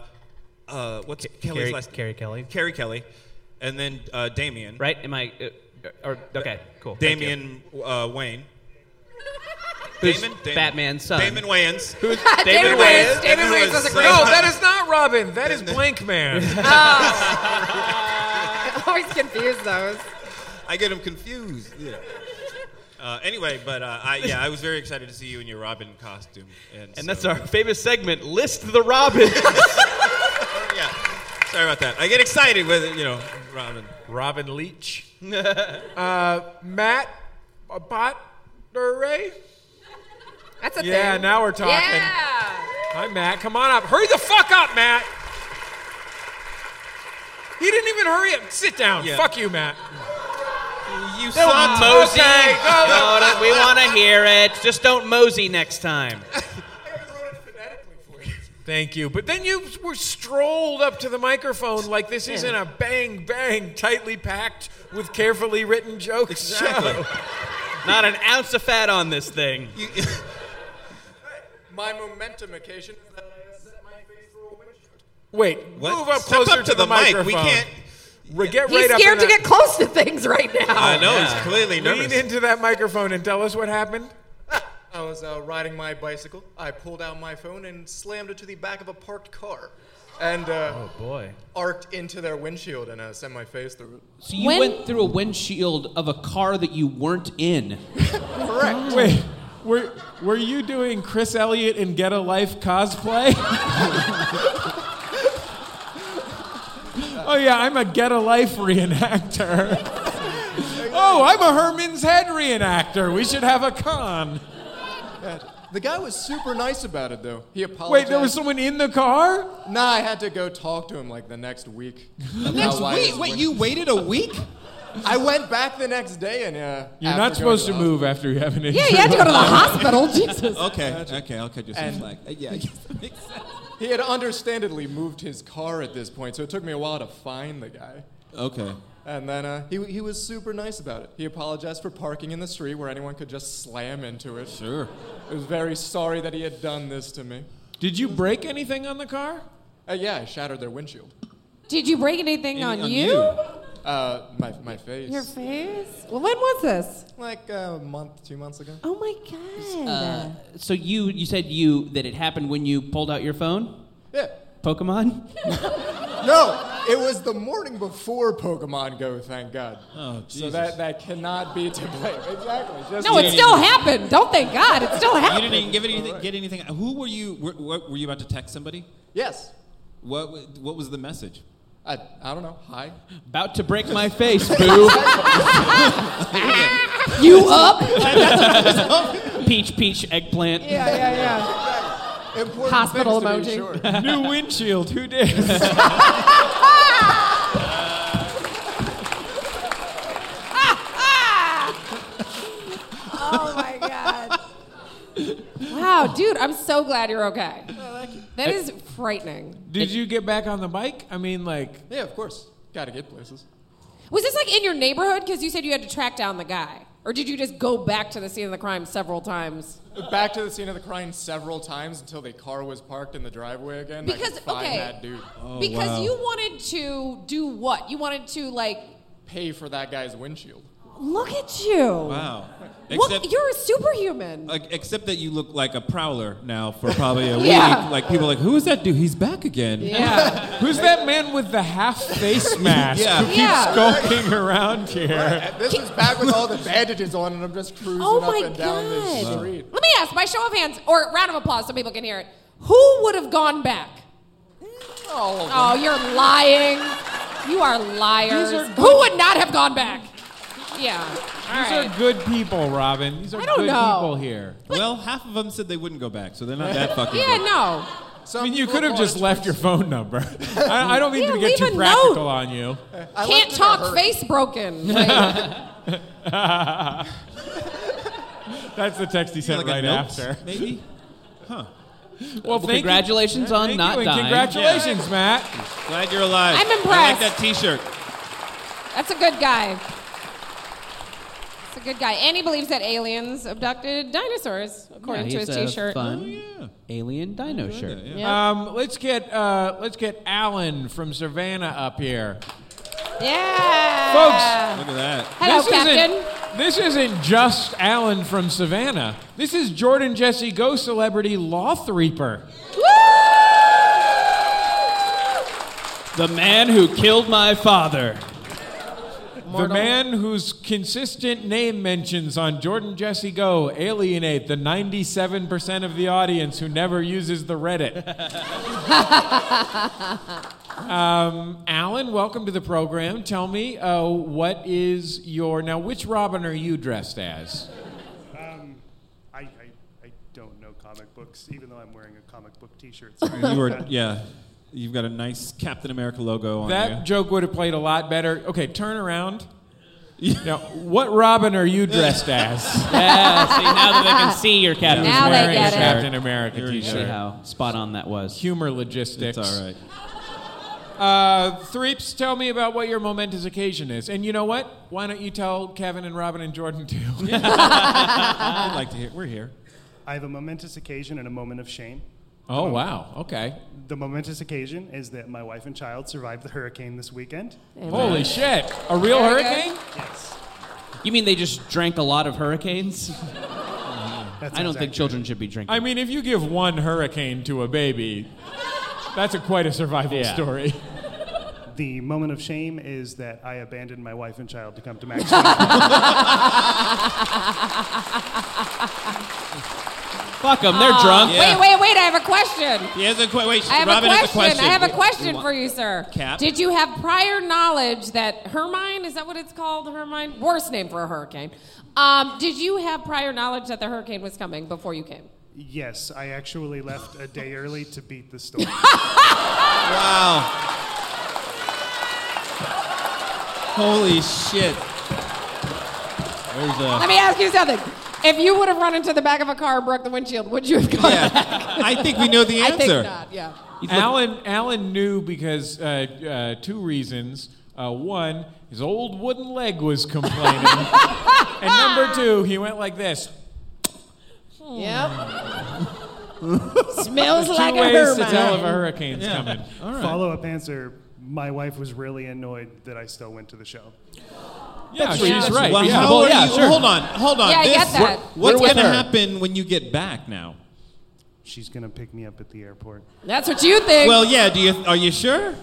S6: uh, what's Kelly's
S4: Carrie-
S6: last?
S4: Carrie Kelly.
S6: Carrie Kelly, and then uh, Damien.
S4: Right? Am I? Uh, or okay, cool. Thank you.
S6: Damien uh, Wayne.
S4: Who's
S6: Damon? Damon.
S4: Batman's son.
S6: Damon Wayans.
S4: Who's
S5: Uh,
S3: David,
S4: Damon
S3: Wayans.
S4: Wayans?
S3: David
S4: Damon
S3: Wayans
S4: Wayans is
S3: doesn't agree.
S4: great.
S3: No, that is not Robin. That is Blank Man.
S5: I always confuse those.
S6: I get him confused. Yeah. Uh, anyway, but uh, I, yeah, I was very excited to see you in your Robin costume, and,
S4: And
S6: so-
S4: that's our famous segment, List the Robins.
S6: Sorry about that. I get excited with you know Robin.
S3: Robin Leach. uh, Matt Botteray.
S5: That's a
S3: yeah,
S5: thing.
S3: now we're talking.
S5: Yeah.
S3: Hi, Matt. Come on up. Hurry the fuck up, Matt. He didn't even hurry up. Sit down.
S6: Yeah.
S3: Fuck you, Matt.
S6: You
S4: Don't mosey. No, Ah, no, we want to hear it. Just don't mosey next time.
S3: Thank you. But then you were strolled up to the microphone like this isn't a bang bang, tightly packed with carefully written jokes.
S4: Exactly.
S3: show.
S4: Not an ounce of fat on this thing.
S21: My momentum occasion is that I set my face for a windshield.
S3: Wait,
S6: What?
S3: move up
S6: Step
S3: closer
S6: up to the mic.
S3: microphone.
S6: We can't-
S3: Re- get
S5: He's
S3: right up
S5: scared to
S3: in that-
S5: get close to things right now.
S6: I know he's clearly nervous.
S3: Lean into that microphone and tell us what happened.
S21: I was uh, riding my bicycle. I pulled out my phone and slammed it to the back of a parked car, and uh,
S4: boy.
S21: arced into their windshield and uh, sent my face through.
S22: So you went through a windshield of a car that you weren't in.
S21: Correct.
S3: Wait, were were you doing Chris Elliott in Get a Life cosplay? oh yeah, I'm a Get a Life reenactor. oh, I'm a Herman's Head reenactor. We should have a con.
S21: The guy was super nice about it though. He apologized.
S3: Wait, there was someone in the car?
S21: Nah, I had to go talk to him like the next week. about
S22: next
S21: why
S22: week?
S21: his
S22: Wait,
S21: win-
S22: you waited a week?
S21: I went back the next day and uh.
S3: You're
S21: after
S3: not
S21: going
S3: supposed
S21: the
S3: to move after you have an injury.
S21: hospital.
S22: Jesus.
S21: Okay,
S22: okay, I'll cut you
S21: some And-
S22: slack. Yeah,
S21: He had understandably moved his car at this point, so it took me a while to find the guy.
S22: Okay.
S21: And then uh, he, he was super nice about it. He apologized for parking in the street where anyone could just slam into it.
S22: Sure.
S21: I was very sorry that he had done this to me.
S3: Did you break anything on the car?
S21: Uh, yeah, I shattered their windshield.
S5: Did you break anything on, you?
S21: Uh, my, my face.
S5: Your face? Well, when was this?
S21: Like uh, a month, two months ago.
S5: Oh my god.
S22: Uh, so you you said you that it happened when you pulled out your phone?
S21: Yeah.
S22: Pokemon?
S21: No, it was the morning before Pokemon Go, thank God.
S22: Oh,
S21: So that, that cannot be to blame. Exactly. Just
S5: No, it still happened. Don't thank God. It still
S22: You
S5: happened.
S22: didn't even give anything, get anything. Who were you? Were, what, were you about to text somebody?
S21: Yes.
S22: What wa- What was the message?
S21: I, I don't know. Hi.
S22: About to break my face, boo.
S5: you up?
S22: peach, peach, eggplant.
S5: Yeah, yeah, yeah.
S21: Important
S5: Hospital
S21: things to be
S5: emoji.
S21: sure.
S3: New windshield. Who did?
S5: Ah! Oh my god. Wow, dude, I'm so glad you're okay. That is frightening.
S3: Did you get back on the bike? I mean, like,
S21: Yeah, of course. Gotta get places.
S5: Was this like in your neighborhood? Because you said you had to track down the guy. Or did you just go back to the scene of the crime several times?
S21: Back to the scene of the crime several times until the car was parked in the driveway again. I
S5: Because-
S21: could find
S5: okay.
S21: that dude.
S5: because you wanted to do what? You wanted to, like,
S21: pay for that guy's windshield.
S5: look at you.
S22: Wow.
S5: Look, you're a superhuman.
S6: Uh,
S22: Like, except that you look like a prowler now for probably a
S5: Yeah.
S22: week. Like people are like, who is that dude? He's back again.
S5: Yeah.
S3: Who's that man with the half face mask
S22: Yeah.
S3: who keeps
S5: Yeah.
S3: skulking around here?
S21: This is back with all the bandages on, and I'm just cruising
S5: Oh
S21: up
S5: my
S21: and down this
S5: God.
S21: street.
S5: Let me ask, by show of hands, or round of applause so people can hear it, who would have gone back?
S21: All of them.
S5: Oh, you're lying. You are liars.
S3: These are
S5: Who would not have gone back? Yeah. All
S3: These
S5: right.
S3: are good people, Robin. These are
S5: I don't
S3: good
S5: know.
S3: people here.
S22: Well, half of them said they wouldn't go back, so they're not that fucking.
S5: Yeah,
S22: good.
S5: no.
S3: I mean, you could have just left your phone number. I, I don't mean
S5: Yeah,
S3: to get
S5: leave
S3: too
S5: a
S3: practical
S5: note.
S3: on you.
S21: I
S5: Can't
S21: left it in a
S5: talk,
S21: hurry.
S5: face broken. Like,
S3: That's the text he sent
S4: like a
S3: right
S4: notes,
S3: after.
S4: maybe?
S3: Huh.
S4: Well,
S3: Well, thank you.
S4: congratulations on
S3: Thank
S4: not
S3: you, and
S4: dying.
S3: Congratulations, Matt.
S6: Glad you're alive.
S5: I'm impressed.
S6: I like that T-shirt.
S5: That's a good guy. That's a good guy. And he believes that aliens abducted dinosaurs, according to his T-shirt.
S4: alien dino shirt.
S5: Yeah.
S3: Um, let's get uh, let's get Alan from Savannah up here,
S5: Yeah.
S3: folks.
S6: Look at that.
S5: Hello, Oh, Captain.
S3: Isn't, this isn't just Alan from Savannah. This is Jordan Jesse Go celebrity Lawthreeper.
S4: The man who killed my father.
S3: The man whose consistent name mentions on Jordan Jesse Go alienate the 97% of the audience who never uses the Reddit. um, Alan, welcome to the program. Tell me, uh, what is your. Now, which Robin are you dressed as?
S23: Um, I, I, I don't know comic books, even though I'm wearing a comic book T-shirt. Sorry about
S6: You were,
S23: that.
S6: yeah. You've got a nice Captain America logo
S4: Oh,
S6: on
S3: that
S6: you.
S3: joke would have played a lot better. Okay, turn around. now, what Robin are you dressed as?
S4: Yeah, see, now that they can see your Captain
S3: Now they
S4: America
S3: get it.
S4: shirt.
S3: Captain America
S4: You already
S3: t-shirt.
S4: See how spot on that was.
S3: Humor logistics.
S4: It's all right.
S3: Uh, Threeps, tell me about what your momentous occasion is. And you know what? Why don't you tell Kevin and Robin and Jordan too?
S23: I'd
S3: like to hear. We're here.
S23: I have a momentous occasion and a moment of shame.
S3: Oh, wow. Okay.
S23: The momentous occasion is that my wife and child survived the hurricane this weekend.
S3: Holy shit. A real
S23: Very
S3: hurricane?
S23: Yes.
S4: You mean they just drank a lot of hurricanes?
S23: That
S4: I don't
S23: sounds
S4: think children should be drinking.
S3: I mean, if you give one hurricane to a baby, that's a, quite a survival
S23: Yeah.
S3: story.
S23: The moment of shame is that I abandoned my wife and child to come to Maxwell.
S4: Fuck them, they're
S5: Aw,
S4: drunk.
S5: Wait, wait, wait! I have a question.
S6: He has a que- wait,
S5: I have
S6: Robin
S5: a
S6: has a
S5: question. I have a
S6: question.
S5: question
S6: Wha-
S5: for you, sir.
S6: Cap?
S5: Did you have prior knowledge that Hermine is that what it's called? Hermine, worst name for a hurricane. Um, did you have prior knowledge that the hurricane was coming before you came?
S23: yes, I actually left a day early to beat the storm.
S6: Wow. Holy shit. There's a.
S5: Let me ask you something. If you would have run into the back of a car and broke the windshield, would you have gone?
S6: I think we know the
S5: I think
S6: answer.
S5: not. Yeah.
S3: Alan, Alan knew because uh, uh, two reasons. Uh, one, his old wooden leg was complaining. and number two, he went like this.
S5: Yep. Smells
S3: There's two
S5: like a
S3: ways
S5: hermine.
S3: to tell if a hurricane's
S23: Yeah.
S3: coming.
S23: Follow up answer. My wife was really annoyed that I still went to the show.
S3: Yeah,
S6: That's
S3: she's
S6: reasonable.
S3: right.
S6: Well,
S3: Reasonable.
S6: how are
S3: Yeah,
S6: you-
S3: sure.
S6: Hold on, hold on.
S23: Yeah, I
S6: This-
S23: get that.
S6: What's
S23: We're with
S6: going to
S23: her.
S6: happen when you get back now?
S23: She's gonna pick me up at the airport.
S5: That's what you think.
S6: Well, yeah. Do you? Are you sure?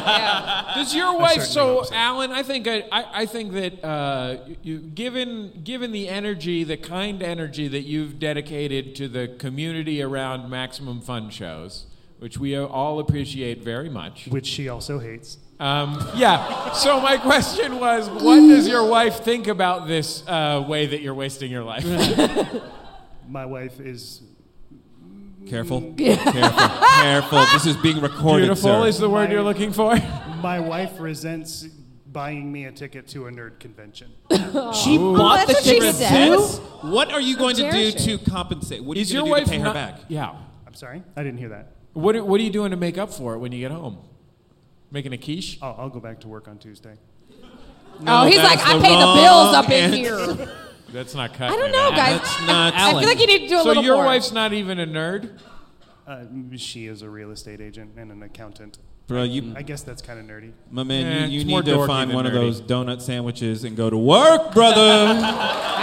S3: Does your
S23: I
S3: wife?
S23: certainly
S3: So,
S23: hope so.
S3: Alan, I think I, I, I think that uh, you, given given the energy, the kind energy that you've dedicated to the community around Maximum Fun shows, which we all appreciate very much.
S23: Which she also hates.
S3: Um, yeah. So my question was, what does your wife think about this uh, way that you're wasting your life?
S23: My wife is
S6: Careful. Careful. Careful. This is being recorded.
S3: Beautiful
S6: sir.
S3: is the word
S23: My-
S3: you're looking for.
S23: My wife resents buying me a ticket to a nerd convention.
S6: She
S23: Ooh.
S6: bought the
S23: That's what she
S6: ticket.
S23: said.
S6: Resents? What are you going to do
S23: Cherish
S6: to
S23: it.
S6: compensate? What are
S3: Is
S6: you
S3: your
S6: going
S3: wife
S6: to do to pay her
S3: not-
S6: back?
S3: Yeah.
S23: I'm sorry, I didn't hear that.
S3: What are- What are you doing to make up for it when you get home? Making a quiche?
S23: I'll, I'll go back to work on Tuesday.
S5: oh, he's like, I pay the bills up in
S23: answer.
S5: here.
S3: That's not cut.
S5: I don't know, guys. I- I feel like you need to do a
S3: so
S5: little
S3: your
S5: more.
S3: wife's not even a nerd.
S23: Uh, she is a real estate agent and an accountant.
S6: Bro,
S23: I,
S6: you-
S23: I guess that's kind of nerdy.
S6: My
S23: Eh,
S6: man, you, you
S23: it's more
S6: need to
S23: dorky
S6: find
S23: than
S6: one of
S23: nerdy.
S6: those donut sandwiches and go to work, brother.
S5: Hello.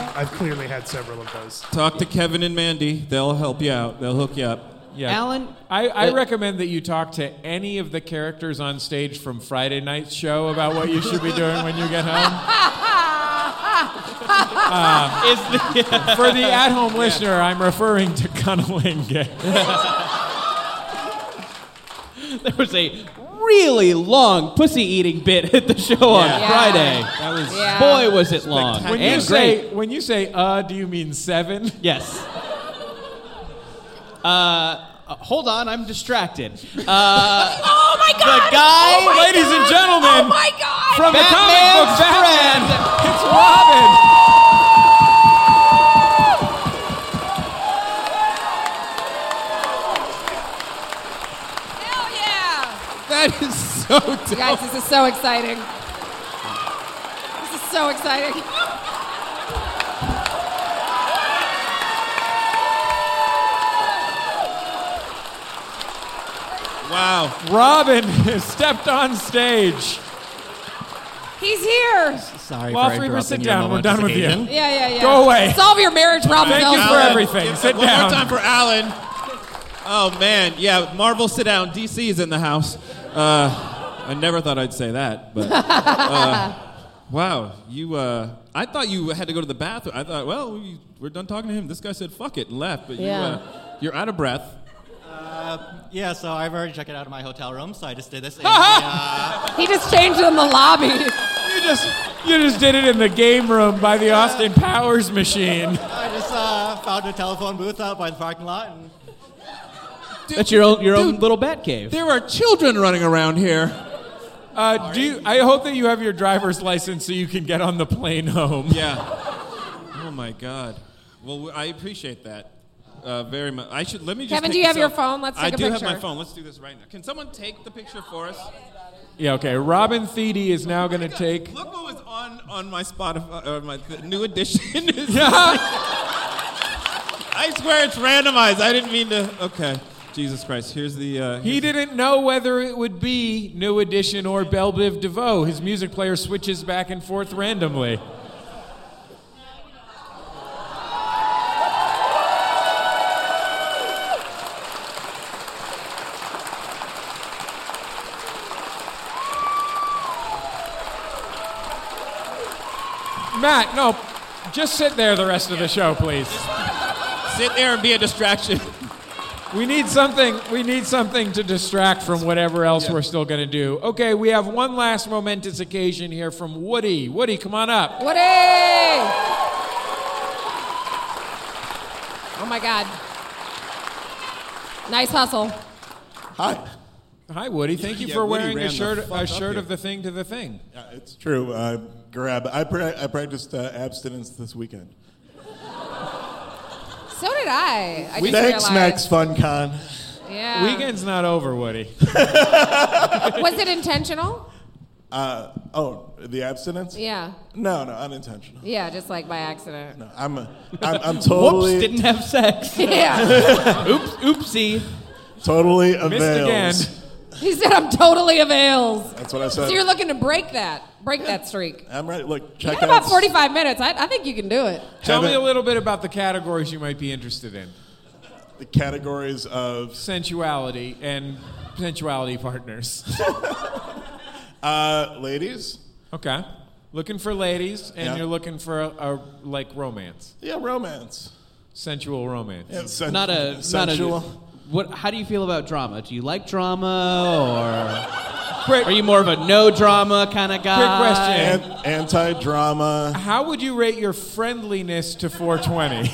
S23: I've, I've clearly had several of those.
S6: Talk to Kevin and Mandy. They'll help you out. They'll hook you up.
S3: Yeah.
S4: Alan,
S3: I, I
S6: Uh,
S3: recommend that you talk to any of the characters on stage from Friday night's show about what you should be doing when you get home.
S5: Ah.
S3: Uh, For the at-home listener, I'm referring to cunnilingus.
S4: there was a really long pussy eating bit at the show on
S3: Yeah.
S4: Friday.
S3: That was
S6: Yeah.
S4: boy was it long.
S3: when
S4: and
S3: you say uh,
S4: great.
S3: when you say uh, do you mean seven?
S4: Yes. Uh, Uh, hold on, I'm distracted. Uh,
S5: oh my
S4: The
S5: god!
S4: guy,
S5: Oh my
S4: ladies
S5: God!
S4: and gentlemen,
S5: Oh my god!
S4: from the comic book
S5: Batman's
S4: Batman,
S5: friend.
S4: it's Robin.
S5: That is so dope. Guys, this is so exciting. This is so exciting.
S3: Wow. Robin has stepped on stage.
S5: He's here.
S3: Sorry. Well,
S1: for
S3: three,
S1: interrupting
S3: sit
S1: your
S3: down. We're
S1: momentous
S3: done with
S1: occasion.
S3: you.
S5: Yeah, yeah, yeah.
S3: Go away.
S5: Solve your marriage problem.
S3: Thank you for
S5: Elsa.
S3: everything.
S1: Give it
S3: Sit
S1: one
S3: down.
S1: more time for Alan. Oh man, yeah. Marvel, sit down. DC's in the house.
S6: Uh, I never thought I'd say that, but uh, wow, you. Uh, I thought you had to go to the bathroom. I thought, well, we, we're done talking to him. This guy said, "Fuck it," and left. But
S1: Yeah.
S6: you, uh, you're out of breath.
S1: Uh, yeah, so I've already checked out of my hotel room, so I just did this. And,
S5: He just changed it in the lobby. You
S3: just You just did it in the game room by the Austin Powers machine.
S1: I just uh, found a telephone booth out by the parking lot. And
S4: That's your own your own little bat cave.
S3: There are children running around here. Uh, do you, I hope that you have your driver's license so you can get on the plane home.
S6: Yeah. Oh my God. Well, w- I appreciate that uh, very much. I should let me just.
S5: Kevin,
S6: take
S5: do you have
S6: this
S5: your
S6: off.
S5: phone? Let's
S6: I
S5: take a
S6: do have
S5: picture.
S6: my phone. Let's do this right now. Can someone take the picture for us?
S3: Yeah. Okay. Robin Thede is now going to take.
S6: Look what was on on my Spotify, uh, my th- new edition. is- I swear it's randomized. I didn't mean to. Okay. Jesus Christ. Here's the. Uh,
S3: He didn't know whether it would be New Edition or Belviv DeVoe. His music player switches back and forth randomly. Matt, no, just sit there the rest of the show, please.
S6: Sit there and be a distraction.
S3: We need something. We need something to distract from whatever else we're still going to do. Okay, we have one last momentous occasion here from Woody. Woody, come on up.
S5: Woody! Oh Oh my God. Nice hustle.
S9: Hi.
S3: Hi, Woody. Thank you
S9: Yeah,
S3: for
S9: Woody
S3: wearing
S9: ran
S3: a
S9: the
S3: shirt,
S9: fuck
S3: a
S9: up
S3: shirt
S9: here.
S3: of the thing to the thing.
S9: It's true. Uh, grab. I, pra- I practiced uh, abstinence this weekend.
S5: So did I. I just
S9: Thanks,
S5: realized.
S9: Max FunCon.
S5: Yeah.
S3: Weekend's not over, Woody.
S5: Was it intentional?
S9: Uh, oh, the abstinence?
S5: Yeah.
S9: No, no, unintentional.
S5: Yeah, just like by accident.
S9: No, I'm, a, I'm, I'm totally.
S4: Whoops, didn't have sex.
S9: Yeah.
S4: Oops, oopsie.
S9: Totally avails.
S5: He said, I'm totally avails.
S9: That's what I
S5: So
S9: said.
S5: you're looking to break that, break that streak.
S9: I'm right. Look,
S5: You
S9: check
S5: got about
S9: out-
S5: 45 minutes. I, I think you can do it.
S3: Tell me
S9: Haven't-
S3: a little bit about the categories you might be interested in.
S9: The categories of
S3: sensuality and sensuality partners.
S9: uh, ladies.
S3: Okay. Looking for ladies, and
S9: Yeah.
S3: you're looking for a, a like romance,
S9: Yeah, romance.
S3: sensual romance.
S4: not a not a. What? How do you feel about drama? Do you like drama, or are you more of a no drama kind of guy?
S9: An- anti-drama.
S3: How would you rate your friendliness to 420?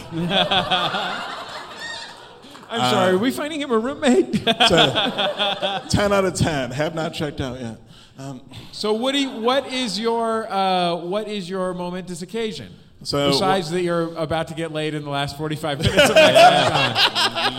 S3: I'm
S9: Uh,
S3: sorry, are we finding him a roommate?
S9: It's a 10 out of 10. Have not checked out yet. Um,
S3: so Woody, what is your uh, what is your momentous occasion?
S9: So-
S3: besides that you're about to get laid in the last 45 minutes of my time.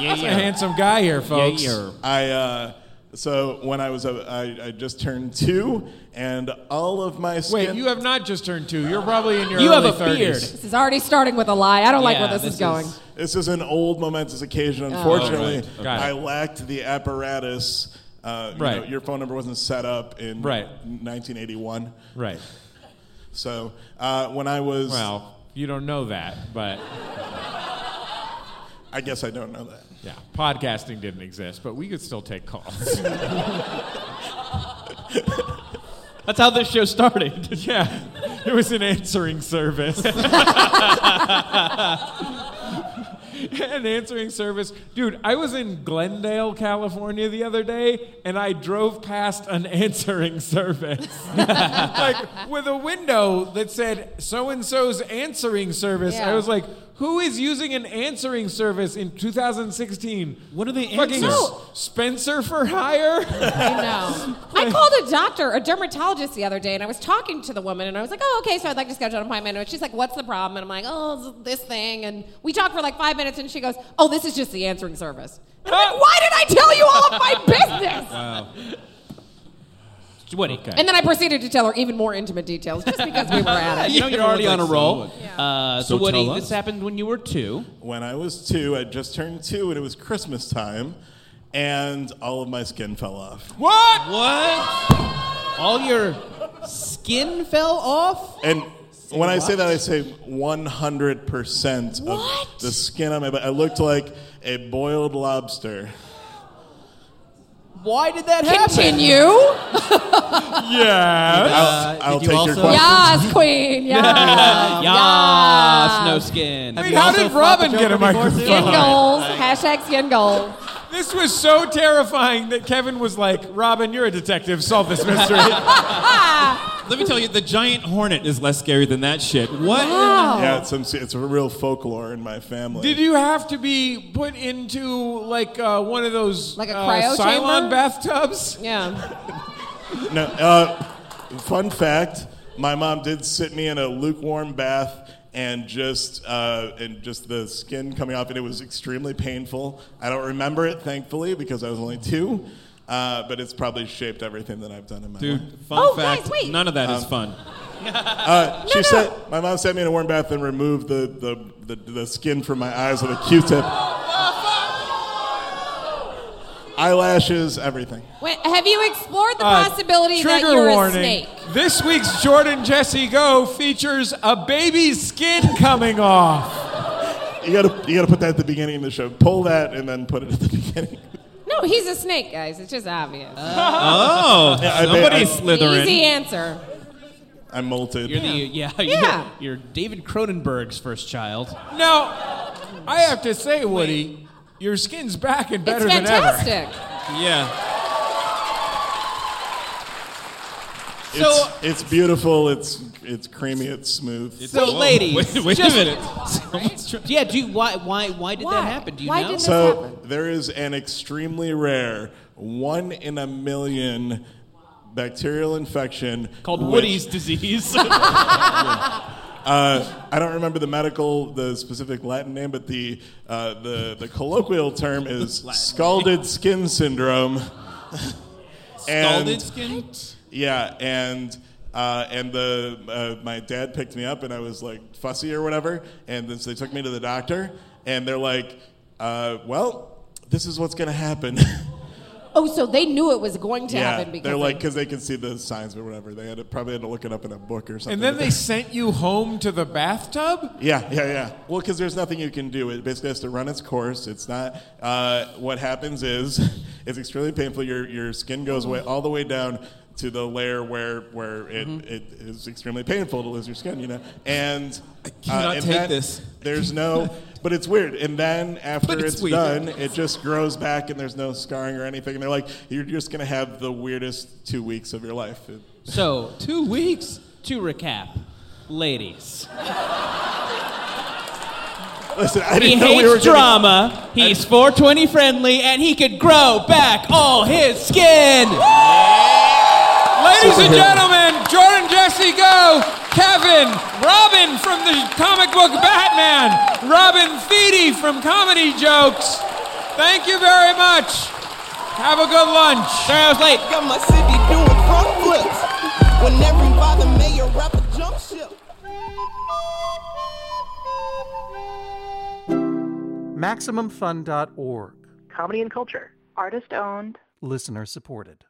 S3: That's a handsome guy here, folks.
S9: I uh, so when I was a, I, I just turned two, and all of my skin.
S3: Wait, you have not just turned two. You're probably in your
S9: You have
S3: early
S9: a beard.
S3: 30s.
S5: This is already starting with a lie. I don't like where this, is going.
S9: this is an old momentous occasion.
S5: Oh.
S9: Unfortunately,
S3: Oh, right. Got it.
S9: I lacked the apparatus. Uh, you
S3: Right.
S9: know, your phone number wasn't set up in
S3: Right.
S9: 1981.
S3: Right.
S9: So uh, when I was,
S3: Well, you don't know that, but
S9: I guess I don't know that.
S3: yeah, podcasting didn't exist, but we could still take calls.
S4: That's how this show started.
S3: yeah, it was an answering service. an answering service. Dude, I was in Glendale, California the other day, and I drove past an answering service. like, with a window that said, so and so's answering service. I
S5: Yeah.
S3: was like, Who is using an answering service in 2016? What are they Fucking
S5: answers?
S3: S- Spencer for hire?
S5: I know. I called a doctor, a dermatologist, the other day, and I was talking to the woman, and I was like, "Oh, okay, so I'd like to schedule an appointment." And she's like, "What's the problem?" And I'm like, "Oh, it's this thing." And we talked for like five minutes, and she goes, "Oh, this is just the answering service." And I'm like, Why did I tell you all of my business?
S6: Wow.
S4: Woody.
S5: And then I proceeded to tell her even more intimate details, just because we were at it.
S4: you know you're already on a
S9: like,
S4: roll.
S9: so what?
S4: Uh,
S9: So
S4: so, Woody,
S9: tell us.
S4: this happened when you were two.
S9: When I was two, I just turned two, and it was Christmas time, and all of my skin fell off.
S4: What? What? All your skin fell off.
S9: And when I say that, I say 100% of the skin on my body. I looked like a boiled lobster.
S4: Why did that happen?
S5: Continue.
S9: Yes.
S4: Uh,
S9: I'll, I'll
S4: did you
S9: take your
S4: also-
S9: question.
S5: Yes, queen. Yes.
S4: Yas, no skin.
S3: Wait, how did Robin get a microphone?
S5: Skin goals. Hashtag skin goals.
S3: This was so terrifying that Kevin was like, Robin, you're a detective. Solve this mystery.
S6: Let me tell you, the giant hornet is less scary than that shit. What?
S5: Wow.
S9: Yeah, it's, some, it's a real folklore in my family.
S3: Did you have to be put into like uh, one of those like a
S5: cryo
S3: uh, Cylon
S5: chamber?
S3: bathtubs?
S5: Yeah.
S9: No. Uh, fun fact: My mom did sit me in a lukewarm bath, and just uh, and just the skin coming off, and it was extremely painful. I don't remember it, thankfully, because I was only two. Uh, but it's probably shaped everything that I've done in my
S6: Dude,
S9: life.
S6: fun Oh, fact, guys, wait. none of that
S9: that
S6: is
S9: is
S6: fun.
S9: Uh, she said my mom sat me in a warm bath and removed the, the, the, the skin from my eyes with a Q-tip, eyelashes, everything.
S5: When, have you explored the
S3: Uh,
S5: possibility that
S3: trigger
S5: you're
S3: warning.
S5: a snake?
S3: This week's Jordan Jesse Go features a baby's skin coming off.
S9: You gotta you gotta put that at the beginning of the show. Pull that and then put it at the beginning.
S5: No, he's a snake, guys. It's just obvious.
S6: Oh,
S9: Yeah, I bet-
S6: somebody's
S9: I-
S6: slithering.
S5: Easy answer.
S9: I molted.
S4: You're the yeah.
S5: Yeah.
S4: You're, you're David Cronenberg's first child.
S3: Now, I have to say, Woody, your skin's back and
S5: It's
S3: better than ever.
S5: fantastic.
S6: Yeah.
S4: uh,
S5: So-
S9: it's, it's beautiful. It's it's creamy. It's smooth.
S4: So, ladies, just-
S6: Someone's trying-
S4: yeah. Do you, why? Why? Why did that happen? Do you know?
S9: so there is an extremely rare, one in a million, bacterial infection
S4: called
S9: which-
S4: Woody's disease.
S9: Uh, I don't remember the medical, the specific Latin name, but the uh, the the colloquial term is scalded skin syndrome.
S6: Scalded skin?
S9: Yeah, and uh, and the uh, my dad picked me up, and I was like fussy or whatever, and then so they took me to the doctor, and they're like, uh, "Well, this is what's gonna happen."
S5: Oh, so they knew it was going to
S9: yeah,
S5: happen because
S9: they're
S5: of-
S9: like because they can see the signs or whatever. They had to, probably had to look it up in a book or something.
S3: And then they sent you home to the bathtub?
S9: Yeah, yeah, yeah. Well, because there's nothing you can do. It basically has to run its course. It's not. Uh, what happens is, it's extremely painful. Your your skin goes away all the way down to the layer where where it,
S6: Mm-hmm.
S9: it is extremely painful to lose your skin. You know, and I
S6: cannot take this.
S9: There's no. But it's weird. And then after
S6: But it's
S9: it's,
S6: weird.
S9: done, it just grows back, and there's no scarring or anything. And they're like, you're just gonna have the weirdest two weeks of your life. It-
S4: So two weeks to recap, ladies.
S9: Listen, I
S4: he
S9: didn't know
S4: hates
S9: we were gonna-
S4: drama. He's 420 friendly, and he could grow back all his skin.
S3: Ladies and gentlemen, Jordan Jesse Go, Kevin, Robin from the comic book Batman, Robin Feedy from Comedy Jokes. Thank you very much. Have a good lunch. Sorry I was late.
S24: Got my city doing front flips. When everybody mayor rapper jump ship.
S25: MaximumFun.org.
S1: Comedy and culture. Artist owned.
S25: Listener supported.